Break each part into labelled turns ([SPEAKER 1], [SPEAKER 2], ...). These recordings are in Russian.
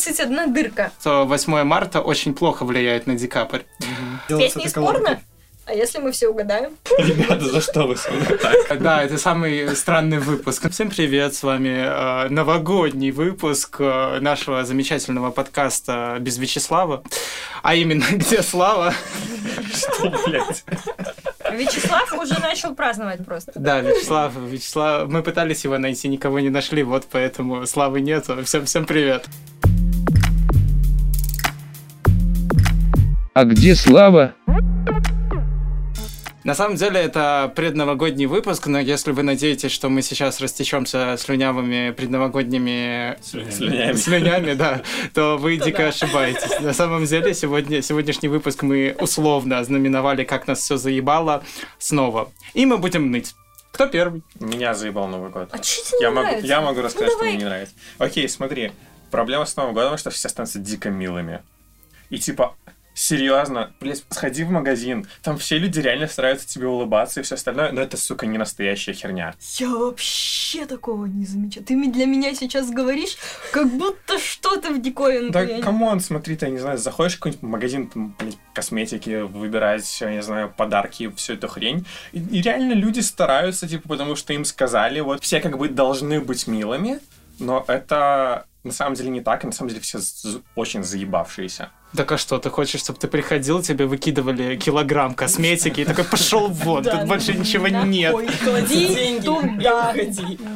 [SPEAKER 1] 31 дырка.
[SPEAKER 2] что 8 марта очень плохо влияет на декабрь.
[SPEAKER 1] Песни из порно? А если мы все угадаем?
[SPEAKER 3] Ребята, за что вы со мной так?
[SPEAKER 2] Да, это самый странный выпуск. Всем привет, с вами э, новогодний выпуск э, нашего замечательного подкаста «Без Вячеслава». А именно, где Слава?
[SPEAKER 3] Что, блядь?
[SPEAKER 1] Вячеслав уже начал праздновать просто.
[SPEAKER 2] Да, Вячеслав, Вячеслав. Мы пытались его найти, никого не нашли, вот поэтому Славы нету. Всем, всем привет.
[SPEAKER 4] А где Слава?
[SPEAKER 2] На самом деле это предновогодний выпуск, но если вы надеетесь, что мы сейчас растечемся слюнявыми предновогодними
[SPEAKER 3] Слюнями.
[SPEAKER 2] слюнями, да, то вы дико
[SPEAKER 1] да.
[SPEAKER 2] ошибаетесь. На самом деле сегодня, сегодняшний выпуск мы условно ознаменовали, как нас все заебало снова. И мы будем ныть. Кто первый?
[SPEAKER 3] Меня заебал Новый год.
[SPEAKER 1] А чё тебе не
[SPEAKER 3] я могу,
[SPEAKER 1] нравится?
[SPEAKER 3] я могу рассказать,
[SPEAKER 1] Ну,
[SPEAKER 3] что
[SPEAKER 1] давай.
[SPEAKER 3] мне не нравится. Окей, смотри. Проблема с Новым годом, что все становятся дико милыми. И типа, серьезно, блядь, сходи в магазин, там все люди реально стараются тебе улыбаться и все остальное, но это, сука, не настоящая херня.
[SPEAKER 1] Я вообще такого не замечаю. Ты ми- для меня сейчас говоришь, как будто что-то в диковинку.
[SPEAKER 3] Да,
[SPEAKER 1] я не-
[SPEAKER 3] камон, смотри, ты, я не знаю, заходишь в какой-нибудь магазин там, блядь, косметики, выбирать, я не знаю, подарки, всю эту хрень. И, и реально люди стараются, типа, потому что им сказали, вот, все как бы должны быть милыми, но это на самом деле не так, и на самом деле все з- очень заебавшиеся.
[SPEAKER 2] Так а что, ты хочешь, чтобы ты приходил, тебе выкидывали килограмм косметики и такой пошел вон,
[SPEAKER 1] Да,
[SPEAKER 2] тут больше
[SPEAKER 1] ну,
[SPEAKER 2] ничего
[SPEAKER 1] нахуй,
[SPEAKER 2] нет.
[SPEAKER 1] Клади туда.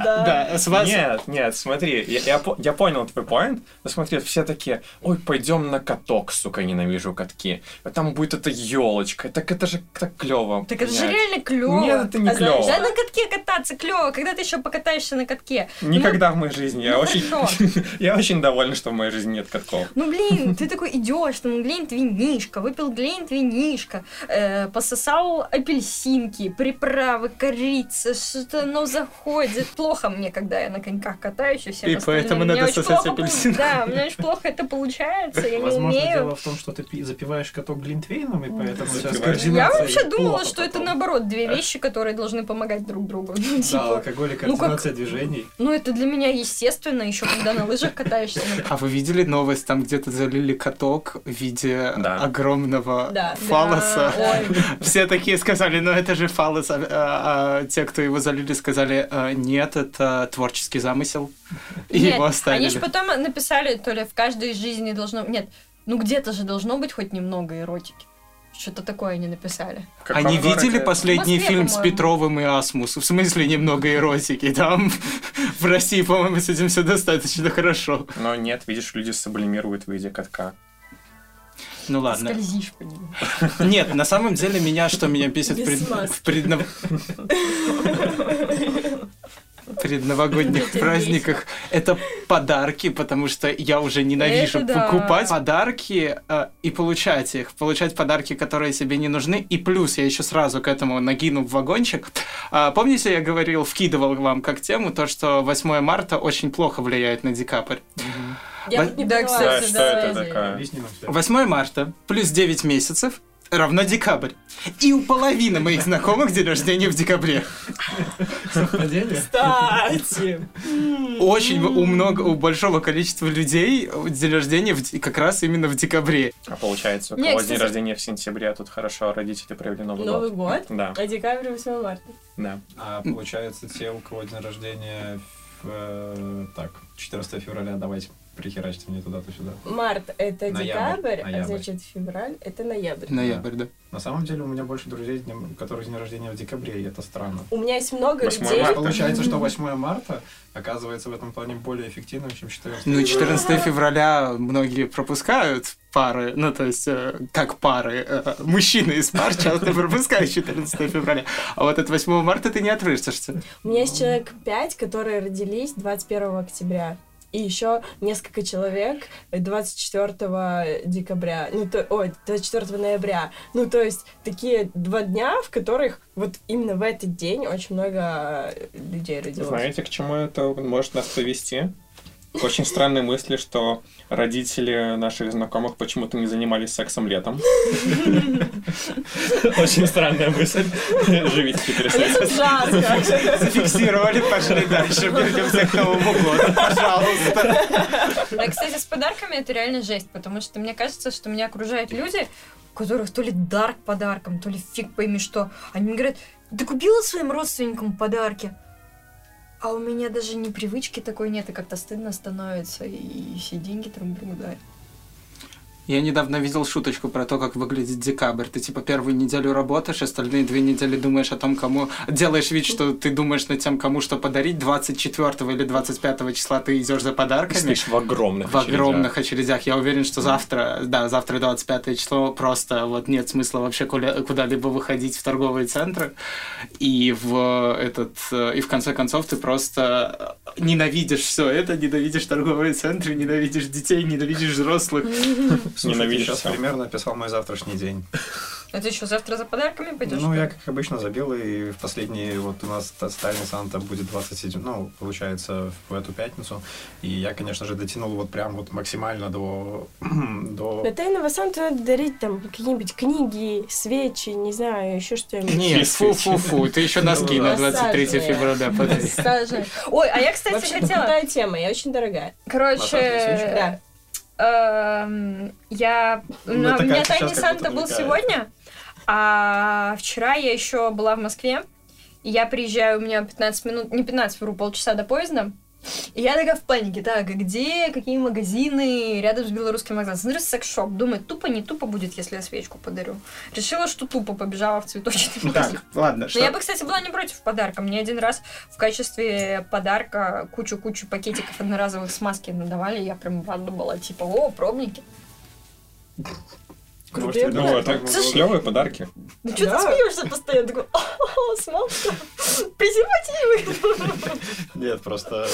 [SPEAKER 1] Да.
[SPEAKER 2] Да, с вас...
[SPEAKER 3] Нет, нет, смотри, я, я по- я понял твой поинт, но смотри, все такие, ой, пойдем на каток, сука, ненавижу катки. Там будет эта елочка, так это же так клево.
[SPEAKER 1] Так это же
[SPEAKER 3] блядь.
[SPEAKER 1] реально клево. А
[SPEAKER 3] Нет, это не клёво.
[SPEAKER 1] Да, на катке кататься клево, когда ты еще покатаешься на катке.
[SPEAKER 3] Никогда в моей жизни. Я
[SPEAKER 1] ну
[SPEAKER 3] очень,
[SPEAKER 1] хорошо.
[SPEAKER 3] я очень доволен, что в моей жизни нет катков.
[SPEAKER 1] Ну блин, ты такой идешь, там глент винишка, выпил глент винишка, э, пососал апельсинки, приправы, корица, что-то оно заходит. Плохо мне, когда я на коньках катаюсь и всем
[SPEAKER 2] И поэтому
[SPEAKER 1] остальным. Мне
[SPEAKER 2] надо
[SPEAKER 1] очень
[SPEAKER 2] сосать
[SPEAKER 1] плохо пол-
[SPEAKER 2] апельсин.
[SPEAKER 1] Да, у меня очень плохо это получается, я не
[SPEAKER 5] Возможно,
[SPEAKER 1] умею.
[SPEAKER 5] дело в том, что ты пи- запиваешь каток глинтвейном, и поэтому сейчас
[SPEAKER 3] Запиваешь.
[SPEAKER 5] координация
[SPEAKER 1] Я вообще
[SPEAKER 5] и
[SPEAKER 1] думала,
[SPEAKER 5] плохо
[SPEAKER 1] что это
[SPEAKER 5] потом.
[SPEAKER 1] наоборот две
[SPEAKER 2] Э.
[SPEAKER 1] вещи, которые должны помогать друг другу. Ну,
[SPEAKER 5] Да,
[SPEAKER 1] типа,
[SPEAKER 5] алкоголь и
[SPEAKER 1] как-
[SPEAKER 5] координация движений.
[SPEAKER 1] ну это для меня естественно, еще когда на лыжах катаешься. ну,
[SPEAKER 2] А вы видели новость, там где-то залили каток в виде
[SPEAKER 3] Да.
[SPEAKER 2] огромного
[SPEAKER 1] Да.
[SPEAKER 2] фалоса?
[SPEAKER 1] Да, ой.
[SPEAKER 2] Все такие сказали, ну это же фалос. А, а, а те, кто его залили, сказали, «Э, нет, это творческий замысел. И
[SPEAKER 1] Нет,
[SPEAKER 2] его
[SPEAKER 1] Они
[SPEAKER 2] оставили.
[SPEAKER 1] же потом написали, то ли в каждой жизни должно... Нет, ну где-то же должно быть хоть немного эротики. Что-то такое они написали.
[SPEAKER 3] Как
[SPEAKER 2] Они
[SPEAKER 3] вам город,
[SPEAKER 2] А видели
[SPEAKER 3] э,
[SPEAKER 2] последний
[SPEAKER 1] В Москве,
[SPEAKER 2] фильм с
[SPEAKER 1] по-моему.
[SPEAKER 2] Петровым и Асмус? В смысле, немного эротики. Там в России, по-моему, с этим все достаточно хорошо.
[SPEAKER 3] Но нет, видишь, люди сублимируют в виде катка.
[SPEAKER 2] Ну
[SPEAKER 1] Ты
[SPEAKER 2] ладно.
[SPEAKER 1] Скользишь по ним.
[SPEAKER 2] Нет, на самом деле меня, что меня бесит в,
[SPEAKER 1] Без
[SPEAKER 2] пред-
[SPEAKER 1] маски.
[SPEAKER 2] в преднов- предновогодних
[SPEAKER 1] Это
[SPEAKER 2] праздниках, это подарки, потому что я уже ненавижу
[SPEAKER 1] Это да.
[SPEAKER 2] покупать подарки э, и получать их, получать подарки, которые себе не нужны, и плюс я еще сразу к этому нагину в вагончик. А, Помните, я говорил, вкидывал вам как тему то, что 8 марта очень плохо влияет на декабрь.
[SPEAKER 6] Я
[SPEAKER 2] Ба-
[SPEAKER 6] тут не
[SPEAKER 1] да,
[SPEAKER 6] поняла.
[SPEAKER 1] кстати,
[SPEAKER 3] Да,
[SPEAKER 1] Кстати,
[SPEAKER 3] что
[SPEAKER 1] да,
[SPEAKER 3] это
[SPEAKER 1] я-
[SPEAKER 3] такое?
[SPEAKER 2] 8 марта плюс 9 месяцев равно декабрь. И у половины моих знакомых день рождения в декабре.
[SPEAKER 5] Совпадение?
[SPEAKER 6] Кстати.
[SPEAKER 2] Очень у много, у большого количества людей день рождения в де- как раз именно в декабре.
[SPEAKER 3] А получается, у
[SPEAKER 1] Не,
[SPEAKER 3] кого
[SPEAKER 1] кстати-
[SPEAKER 3] день рождения в сентябре, а тут хорошо родители провели Новый,
[SPEAKER 6] Новый
[SPEAKER 3] год.
[SPEAKER 6] год?
[SPEAKER 3] Да,
[SPEAKER 6] А декабрь 8 марта.
[SPEAKER 3] да.
[SPEAKER 5] А получается, те, у кого день рождения... в, э, Так, 14 февраля, давайте прихерачьте мне туда-то сюда.
[SPEAKER 6] Март — это
[SPEAKER 5] Ноябрь,
[SPEAKER 6] декабрь, а
[SPEAKER 5] ноябрь.
[SPEAKER 6] значит февраль — это ноябрь.
[SPEAKER 2] Ноябрь, да.
[SPEAKER 5] На самом деле у меня больше друзей, днем- у которых день рождения в декабре, и это странно.
[SPEAKER 6] У меня есть много
[SPEAKER 3] 8
[SPEAKER 6] людей.
[SPEAKER 3] марта.
[SPEAKER 5] Получается, что 8 марта оказывается в этом плане более эффективным, чем 14
[SPEAKER 2] Ну, 14 февраля многие пропускают пары, ну, то есть, э, как пары. э, мужчины из пар часто пропускают 14 февраля. А вот от 8 марта ты не отвертишься.
[SPEAKER 6] У меня есть человек 5, которые родились 21 октября. И еще несколько человек 24 декабря, ну то, ой, 24 ноября. Ну то есть такие два дня, в которых вот именно в этот день очень много людей родилось.
[SPEAKER 3] Знаете, к чему это может нас повести? Очень странные мысли, что родители наших знакомых почему-то не занимались сексом летом. Очень странная мысль. Живите теперь с
[SPEAKER 1] А
[SPEAKER 3] этим.
[SPEAKER 6] Это ужасно.
[SPEAKER 2] Зафиксировали, пошли дальше, вернемся к Новому году, пожалуйста.
[SPEAKER 1] А, кстати, с подарками это реально жесть, потому что мне кажется, что меня окружают люди, у которых то ли дар к подаркам, то ли фиг пойми что. Они мне говорят, ты купила своим родственникам подарки? А у меня даже ни привычки такой нет, и как-то стыдно становится, и все деньги трумбрум да.
[SPEAKER 2] Я недавно видел шуточку про то, как выглядит декабрь. Ты типа первую неделю работаешь, остальные две недели думаешь о том, кому... Делаешь вид, что ты думаешь над тем, кому что подарить. 24 или 25 числа ты идешь за подарками.
[SPEAKER 3] Стоишь в огромных
[SPEAKER 2] В огромных очередях. Я уверен, что завтра, да, завтра 25 число, просто вот нет смысла вообще куля- куда-либо выходить в торговые центры. И в этот... э, И в конце концов ты просто ненавидишь все это, ненавидишь торговые центры, ненавидишь детей, ненавидишь взрослых.
[SPEAKER 5] Слушай,
[SPEAKER 3] Ненавидишь
[SPEAKER 5] сейчас
[SPEAKER 3] всё.
[SPEAKER 5] примерно описал мой завтрашний день.
[SPEAKER 1] А ты еще завтра за подарками пойдешь?
[SPEAKER 5] Ну, я, как обычно, забил, и в последний, вот у нас та- стальный санта будет 27, ну, получается, в эту пятницу. И я, конечно же, дотянул вот прям вот максимально до...
[SPEAKER 6] На
[SPEAKER 5] до...
[SPEAKER 6] Тайного Санту надо дарить там какие-нибудь книги, свечи, не знаю, еще что-нибудь.
[SPEAKER 2] Нет, фу-фу-фу, ты еще носки на 23
[SPEAKER 6] Массажные.
[SPEAKER 2] февраля подари.
[SPEAKER 1] Сажа. Ой, а я, кстати,
[SPEAKER 6] Вообще
[SPEAKER 1] хотела...
[SPEAKER 6] крутая тема, я очень дорогая.
[SPEAKER 1] Короче,
[SPEAKER 5] Массажная
[SPEAKER 1] э,
[SPEAKER 5] свечка?
[SPEAKER 6] Да.
[SPEAKER 1] эм, я...
[SPEAKER 5] Ну,
[SPEAKER 1] ну, У
[SPEAKER 5] такая
[SPEAKER 1] меня
[SPEAKER 5] сейчас
[SPEAKER 1] Тайный
[SPEAKER 5] как
[SPEAKER 1] Санта
[SPEAKER 5] будто
[SPEAKER 1] был
[SPEAKER 5] такая.
[SPEAKER 1] сегодня, а вчера я еще была в Москве. И я приезжаю, у меня 15 минут, не 15, вру, полчаса до поезда. И я такая в панике, так, а где, какие магазины, рядом с белорусским вокзалом. Смотрю, секс-шоп, думаю, тупо, не тупо будет, если я свечку подарю. Решила, что тупо побежала в цветочный
[SPEAKER 5] Ну,
[SPEAKER 1] магазин.
[SPEAKER 2] Так, ладно,
[SPEAKER 6] Ну,
[SPEAKER 1] Но Ну, я
[SPEAKER 2] что?
[SPEAKER 1] бы, кстати, была не против подарка. Мне один раз в качестве подарка кучу-кучу пакетиков одноразовых смазки надавали. Я прям рада была, типа, о, пробники.
[SPEAKER 6] Крутые
[SPEAKER 5] Может,
[SPEAKER 3] Ну
[SPEAKER 6] подарки.
[SPEAKER 3] вот, так клевые подарки.
[SPEAKER 1] Ну что
[SPEAKER 6] Да.
[SPEAKER 1] ты смеешься постоянно? Такой, о, смазка, презервативы.
[SPEAKER 5] Нет, просто...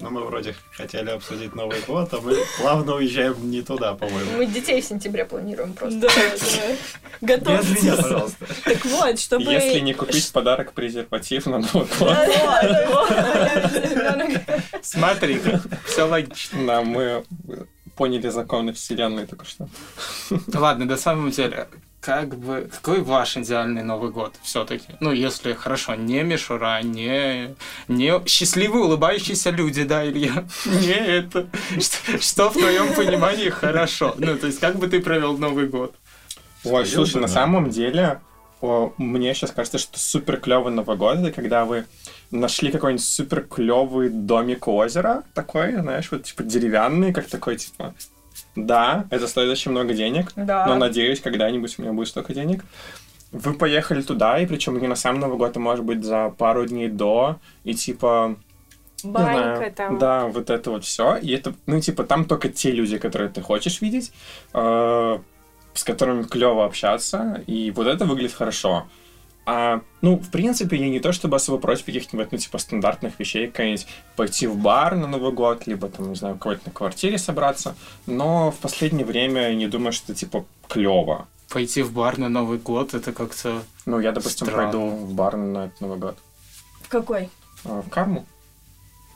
[SPEAKER 5] Ну, мы вроде хотели обсудить Новый год, а мы плавно уезжаем не туда, по-моему.
[SPEAKER 1] Мы детей в сентябре планируем просто.
[SPEAKER 6] Да, да.
[SPEAKER 5] Без меня,
[SPEAKER 6] Готовьтесь.
[SPEAKER 5] пожалуйста.
[SPEAKER 6] Так вот, чтобы...
[SPEAKER 3] Если не купить в подарок презерватив на Новый год,
[SPEAKER 6] Да, да, да.
[SPEAKER 2] Смотри, все логично.
[SPEAKER 3] да, мы поняли законы вселенной только что.
[SPEAKER 2] Ладно, на самом деле, как бы, какой ваш идеальный Новый год все-таки? Ну, если хорошо, не мишура, не, не счастливые улыбающиеся люди, да, Илья? Не это. Что, что в твоем понимании хорошо? Ну, то есть, как бы ты провел Новый год?
[SPEAKER 3] Ой,
[SPEAKER 5] Сходил
[SPEAKER 3] слушай,
[SPEAKER 5] бы,
[SPEAKER 3] на
[SPEAKER 5] да.
[SPEAKER 3] самом деле, о, мне сейчас кажется, что супер клевый Новый год, это когда вы нашли какой-нибудь супер клевый домик у озера, такой, знаешь, вот типа деревянный, как такой, типа. Да, это стоит очень много денег,
[SPEAKER 1] Да.
[SPEAKER 3] но надеюсь, когда-нибудь у меня будет столько денег. Вы поехали туда, и причем не на сам Новый год, а может быть за пару дней до, и типа не знаю.
[SPEAKER 6] Банька там.
[SPEAKER 3] Да, вот это вот все. И это, ну, типа, там только те люди, которые ты хочешь видеть, э, с которыми клево общаться, и вот это выглядит хорошо. А, ну, в принципе, я не то чтобы особо против каких-нибудь, ну, типа, стандартных вещей, какая-нибудь пойти в бар на Новый год, либо, там, не знаю, у кого-то на квартире собраться, но в последнее время я не думаю, что, типа, клево.
[SPEAKER 2] Пойти в бар на Новый год, это как-то...
[SPEAKER 3] Ну, я, допустим,
[SPEAKER 2] Странно.
[SPEAKER 3] пойду в бар на этот Новый год.
[SPEAKER 6] В какой?
[SPEAKER 3] А, в карму?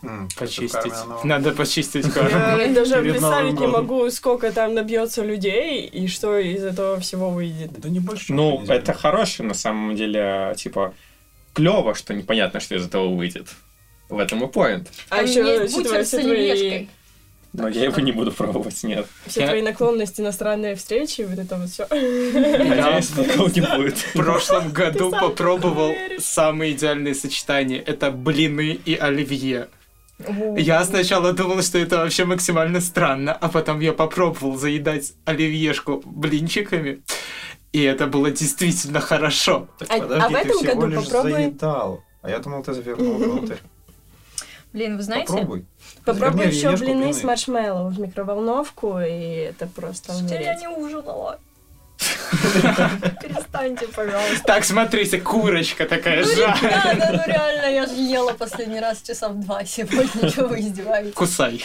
[SPEAKER 6] Ну,
[SPEAKER 5] М,
[SPEAKER 2] Почистить.
[SPEAKER 5] это карма, но-
[SPEAKER 2] Надо почистить карму.
[SPEAKER 6] Я даже
[SPEAKER 5] Перед
[SPEAKER 6] представить
[SPEAKER 5] Новым
[SPEAKER 6] не
[SPEAKER 5] годом.
[SPEAKER 6] могу, сколько там набьется людей и что из этого всего выйдет.
[SPEAKER 5] Да не больше, чем
[SPEAKER 3] Ну,
[SPEAKER 5] две недели.
[SPEAKER 3] это хороший, на самом деле, типа, клево, что непонятно, что из этого выйдет. В этом и поинт.
[SPEAKER 6] А
[SPEAKER 1] Там
[SPEAKER 6] еще
[SPEAKER 1] есть
[SPEAKER 6] учитывая
[SPEAKER 1] бутер с
[SPEAKER 6] все твои,
[SPEAKER 1] оливьешкой.
[SPEAKER 3] Но я его не буду пробовать, нет.
[SPEAKER 6] все
[SPEAKER 2] Я-
[SPEAKER 6] твои наклонности на странные встречи, вот это вот все.
[SPEAKER 3] Надеюсь, такого не будет.
[SPEAKER 2] В прошлом году
[SPEAKER 6] сам
[SPEAKER 2] попробовал
[SPEAKER 6] поверишь.
[SPEAKER 2] самые идеальные сочетания. Это блины и оливье.
[SPEAKER 1] Во.
[SPEAKER 2] Я сначала думал, что это вообще максимально странно, а потом я попробовал заедать оливьешку блинчиками, и это было действительно хорошо.
[SPEAKER 5] Так
[SPEAKER 6] А- а
[SPEAKER 5] подожди,
[SPEAKER 6] в
[SPEAKER 5] ты
[SPEAKER 6] этом
[SPEAKER 5] всего
[SPEAKER 6] году
[SPEAKER 5] лишь
[SPEAKER 6] попробуй.
[SPEAKER 5] заедал. А я думал, ты завернул внутрь.
[SPEAKER 1] Блин, вы знаете,
[SPEAKER 5] Попробуй.
[SPEAKER 6] Попробуй
[SPEAKER 5] Заверни
[SPEAKER 6] еще
[SPEAKER 5] оливьешку
[SPEAKER 6] блины
[SPEAKER 5] блины.
[SPEAKER 6] с маршмеллоу в микроволновку, и это просто
[SPEAKER 1] что я
[SPEAKER 6] умереть.
[SPEAKER 1] не ужинала. Перестаньте, пожалуйста.
[SPEAKER 2] Так, смотрите, курочка такая
[SPEAKER 1] Ну,
[SPEAKER 2] жа.
[SPEAKER 1] ребята, ну реально, я же ела последний раз часа в два сегодня, чего вы издеваетесь?
[SPEAKER 2] Кусай.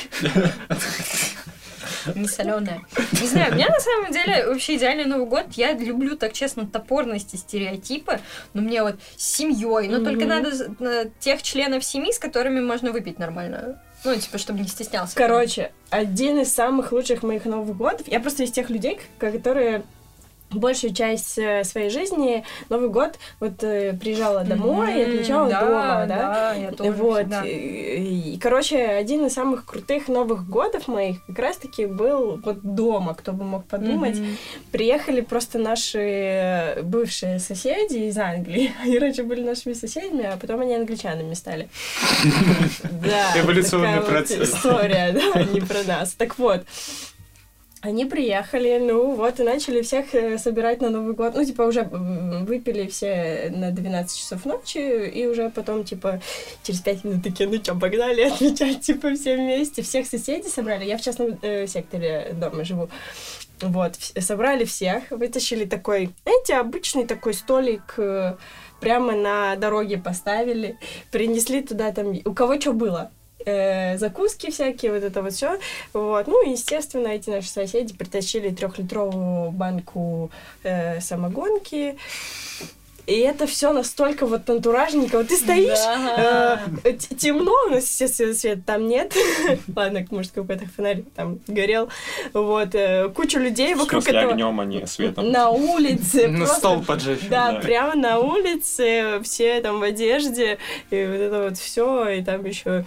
[SPEAKER 1] не соленая. Не знаю, у меня на самом деле вообще идеальный Новый год. Я люблю так честно топорности, стереотипы, но мне вот с семьей. Но только
[SPEAKER 6] Мгм.
[SPEAKER 1] надо э, тех членов семьи, с которыми можно выпить нормально. Ну, типа, чтобы не стеснялся.
[SPEAKER 6] Короче, один из самых лучших моих Новых годов. Я просто из тех людей, к- которые большую часть э, своей жизни Новый год вот э, приезжала домой и
[SPEAKER 1] М,
[SPEAKER 6] отмечала
[SPEAKER 1] да,
[SPEAKER 6] дома, да?
[SPEAKER 1] Да, я тоже
[SPEAKER 6] вот.
[SPEAKER 1] всегда.
[SPEAKER 6] И, и, короче, один из самых крутых Новых годов моих как раз-таки был вот дома, кто бы мог подумать.
[SPEAKER 1] Мгм.
[SPEAKER 6] Приехали просто наши бывшие соседи из Англии. Они раньше были нашими соседями, а потом они англичанами стали. Да.
[SPEAKER 2] Эволюционный
[SPEAKER 6] такая вот
[SPEAKER 2] процесс.
[SPEAKER 6] История, да, не про нас. Так вот. Они приехали, ну вот, и начали всех э, собирать на Новый год. Ну, типа, уже м, выпили все на 12 часов ночи, и уже потом, типа, через пять минут такие, ну что, погнали отмечать, типа, все вместе. Всех соседей собрали. Я в частном э, секторе дома живу. Вот, вс- собрали всех, вытащили такой, знаете, обычный такой столик э, прямо на дороге поставили, принесли туда там, у кого что было, Э, закуски всякие, вот это вот все. Вот. Ну, и, естественно, эти наши соседи притащили трехлитровую банку э, самогонки. И это все настолько вот антуражненько. Вот ты стоишь,
[SPEAKER 1] Да.
[SPEAKER 6] Э, т- темно, у нас, естественно, света там нет. Ладно, может, какой-то фонарь там горел. Вот, э, куча людей
[SPEAKER 3] В
[SPEAKER 6] вокруг
[SPEAKER 3] смысле,
[SPEAKER 6] этого.
[SPEAKER 3] огнем, а не светом.
[SPEAKER 6] На улице.
[SPEAKER 2] На
[SPEAKER 6] просто-
[SPEAKER 2] стол поджечь.
[SPEAKER 6] Да,
[SPEAKER 3] да.
[SPEAKER 6] прямо на улице, все там в одежде, и вот это вот все, и там еще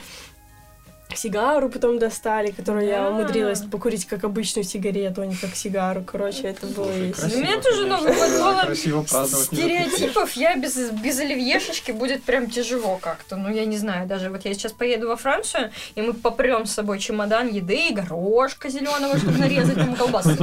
[SPEAKER 6] сигару потом достали, которую я
[SPEAKER 1] Да.
[SPEAKER 6] умудрилась покурить как обычную сигарету, а не как сигару. Короче, это было...
[SPEAKER 5] Слушай,
[SPEAKER 6] из-
[SPEAKER 1] У
[SPEAKER 5] красиво,
[SPEAKER 1] меня тоже
[SPEAKER 5] конечно.
[SPEAKER 1] Новый год было
[SPEAKER 5] Красиво праздновать не
[SPEAKER 1] Стереотипов я без, без оливьешечки будет прям тяжело как-то. Ну, я не знаю, даже вот я сейчас поеду во Францию, и мы попрем с собой чемодан еды, горошка зеленого, чтобы нарезать там колбасы,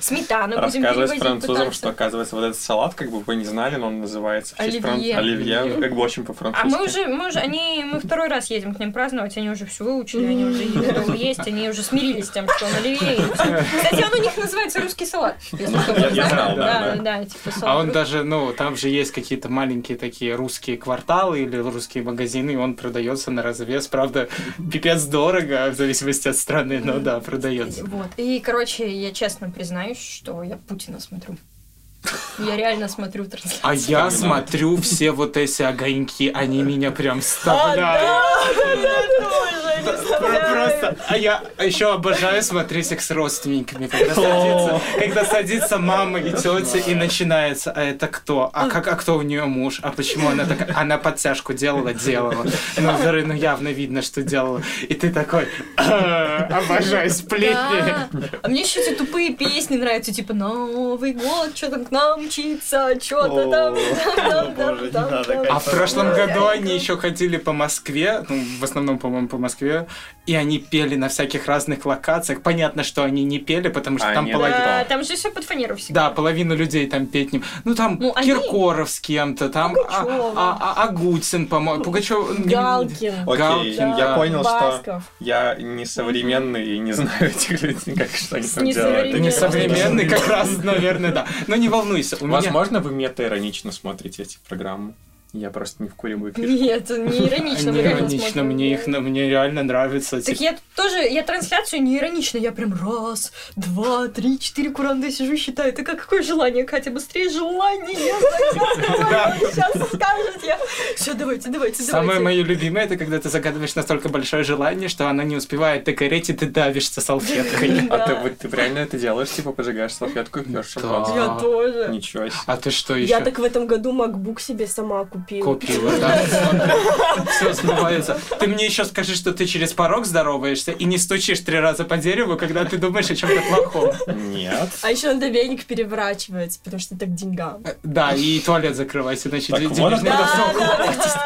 [SPEAKER 1] сметану будем
[SPEAKER 3] Рассказывать
[SPEAKER 1] перевозить.
[SPEAKER 3] французам,
[SPEAKER 1] пытаться.
[SPEAKER 3] что, оказывается, вот этот салат, как бы вы не знали, но он называется в честь фран-
[SPEAKER 1] Оливье.
[SPEAKER 3] Оливье, как бы очень
[SPEAKER 1] А
[SPEAKER 3] по-французски.
[SPEAKER 1] мы уже, мы уже, они, мы второй раз едем к ним праздновать, они уже все выучили, они уже готовы есть, они уже смирились с тем, что он оливье. и всё. Кстати, он у них называется русский салат. если
[SPEAKER 3] Ну,
[SPEAKER 1] кто
[SPEAKER 3] я- я
[SPEAKER 1] знает.
[SPEAKER 3] знал, да,
[SPEAKER 1] Да,
[SPEAKER 3] да.
[SPEAKER 1] да, типа салат.
[SPEAKER 2] А он даже, ну, там же есть какие-то маленькие такие русские кварталы или русские магазины, и он продается на развес. Правда, пипец дорого, а в зависимости от страны, но да, продается.
[SPEAKER 1] Вот. И, короче, я честно признаюсь, что я Путина смотрю. Я реально смотрю трансляцию.
[SPEAKER 2] А я
[SPEAKER 3] Вспоминаю.
[SPEAKER 2] смотрю все вот эти огоньки, они меня прям вставляют. Про- Просто, а я еще обожаю смотреть их с родственниками, когда садится, когда садится мама и тетя и начинается, а это кто? А как, а кто у нее муж? А почему она такая? Она подтяжку делала, делала. Ну, Зары, ну явно видно, что делала. И ты такой, «А, обожаю сплетни.
[SPEAKER 1] Да. А мне еще эти тупые песни нравятся, типа «Новый год, что там к нам мчится, что-то там, там, там,
[SPEAKER 5] боже, не
[SPEAKER 1] там, там».
[SPEAKER 5] надо, конечно.
[SPEAKER 2] А в прошлом году они еще ходили по Москве, ну, в основном, по-моему, по Москве, и они пели на всяких разных локациях. Понятно, что они не пели, потому что
[SPEAKER 3] А,
[SPEAKER 2] там
[SPEAKER 3] нет,
[SPEAKER 2] половина...
[SPEAKER 1] Да, Там же все под фанеру всегда.
[SPEAKER 2] Да, половину людей там петь не... Ну, там
[SPEAKER 1] Ну, они-
[SPEAKER 2] Киркоров с кем-то, там а,
[SPEAKER 6] Пугачёва.
[SPEAKER 2] а- а- Агутин, по-моему, Пугачев...
[SPEAKER 6] Галкин.
[SPEAKER 3] Окей,
[SPEAKER 2] Галкин,
[SPEAKER 3] я
[SPEAKER 2] да.
[SPEAKER 3] понял, что
[SPEAKER 6] Басков.
[SPEAKER 3] я не современный и не знаю этих людей, как что они там
[SPEAKER 1] Не
[SPEAKER 3] делают.
[SPEAKER 1] современный.
[SPEAKER 2] Не современный, как раз, наверное, да. Но не волнуйся, у меня...
[SPEAKER 3] Возможно, вы мета-иронично смотрите эти программы. Я просто не вкуриваю эфир.
[SPEAKER 1] Нет, не иронично.
[SPEAKER 2] Не
[SPEAKER 1] мы реально
[SPEAKER 2] иронично,
[SPEAKER 1] смотрим.
[SPEAKER 2] мне их, ну, мне реально нравится.
[SPEAKER 1] Так я тоже, я трансляцию не иронично, я прям раз, два, три, четыре куранда сижу считаю. Это как какое желание, Катя, быстрее желание. Сейчас скажет я. Все, давайте, давайте,
[SPEAKER 2] Самое
[SPEAKER 1] давайте.
[SPEAKER 2] мое любимое, это когда ты загадываешь настолько большое желание, что она не успевает догореть, и ты давишься салфеткой.
[SPEAKER 3] А ты, вот- ты реально это делаешь, типа поджигаешь салфетку и пьешь шампанское?
[SPEAKER 6] Я
[SPEAKER 2] А.
[SPEAKER 6] тоже.
[SPEAKER 3] Ничего себе.
[SPEAKER 2] А ты что
[SPEAKER 6] Я
[SPEAKER 2] еще?
[SPEAKER 6] так в этом году MacBook себе сама купила.
[SPEAKER 2] Купила, да. Все смывается. Ты мне еще скажи, что ты через порог здороваешься и не стучишь три раза по дереву, когда ты думаешь о чем-то плохом.
[SPEAKER 3] Нет.
[SPEAKER 6] А еще надо веник переворачивать, потому что это к деньгам.
[SPEAKER 2] Э, Да, и туалет закрывайся, иначе
[SPEAKER 3] Так
[SPEAKER 2] де-
[SPEAKER 3] вот
[SPEAKER 2] денежный
[SPEAKER 3] это-
[SPEAKER 2] доступ.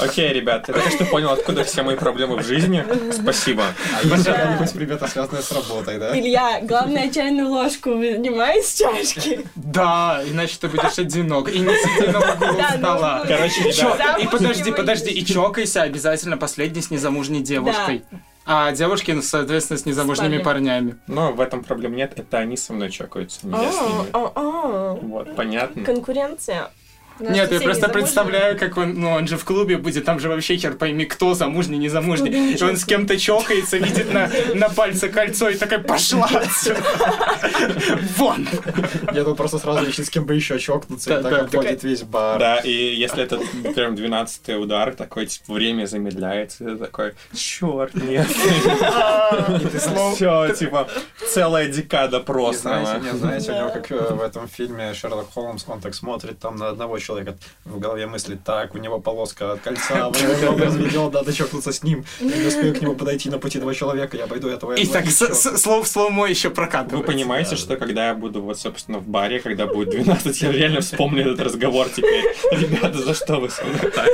[SPEAKER 3] Окей, ребят, я только что понял, откуда все мои проблемы в жизни. Спасибо.
[SPEAKER 5] А есть какая-нибудь примета, связанная с работой, да?
[SPEAKER 6] Илья, главное, чайную ложку вынимай из чашки.
[SPEAKER 2] Да, иначе ты будешь одинок. И не сиди на углу
[SPEAKER 6] Да,
[SPEAKER 2] стола.
[SPEAKER 6] ну,
[SPEAKER 3] Короче,
[SPEAKER 2] И чё-
[SPEAKER 3] ребят,
[SPEAKER 2] и подожди,
[SPEAKER 6] Замужнего
[SPEAKER 2] подожди, и чокайся обязательно последний с незамужней девушкой. А девушки, ну, соответственно, с незамужними
[SPEAKER 6] Спали.
[SPEAKER 2] парнями.
[SPEAKER 3] но в этом проблем нет, это они со мной чокаются, не я с
[SPEAKER 6] А,
[SPEAKER 3] ними.
[SPEAKER 6] а, а.
[SPEAKER 3] Вот, понятно.
[SPEAKER 6] Конкуренция.
[SPEAKER 1] У нас
[SPEAKER 2] Нет, я
[SPEAKER 1] соседи
[SPEAKER 2] просто
[SPEAKER 1] замужние.
[SPEAKER 2] представляю, как он, ну, он же в клубе будет, там же вообще хер пойми, кто замужний, не
[SPEAKER 6] Ну, да,
[SPEAKER 2] замужний. И он
[SPEAKER 6] честно.
[SPEAKER 2] с кем-то чокается, видит на, на пальце кольцо и такой, пошла отсюда. Вон!
[SPEAKER 5] Я тут просто сразу ищу, с кем бы еще чокнуться,
[SPEAKER 2] Да,
[SPEAKER 5] и так
[SPEAKER 2] да,
[SPEAKER 5] обходит весь бар.
[SPEAKER 3] Да, и если это прям 12 удар, такой, типа, время замедляется, и ты такой, черт, нет.
[SPEAKER 5] И ты слов-
[SPEAKER 3] Все, типа, целая декада
[SPEAKER 5] И знаете,
[SPEAKER 3] просто.
[SPEAKER 5] не знаете, у него как э, в этом фильме Шерлок Холмс, он так смотрит там на одного человека, в голове мысли, так, у него полоска от кольца, он его разведет, надо чокнуться с ним, я не успею к нему подойти на пути два человека, я пойду этого
[SPEAKER 2] И
[SPEAKER 5] этого
[SPEAKER 2] так с-
[SPEAKER 5] чокну».
[SPEAKER 2] с- слово в слово еще прокатывается.
[SPEAKER 3] Вы понимаете, что когда я буду, вот, собственно, в баре, когда будет 12, я реально вспомню этот разговор теперь. Ребята, за что вы со мной так?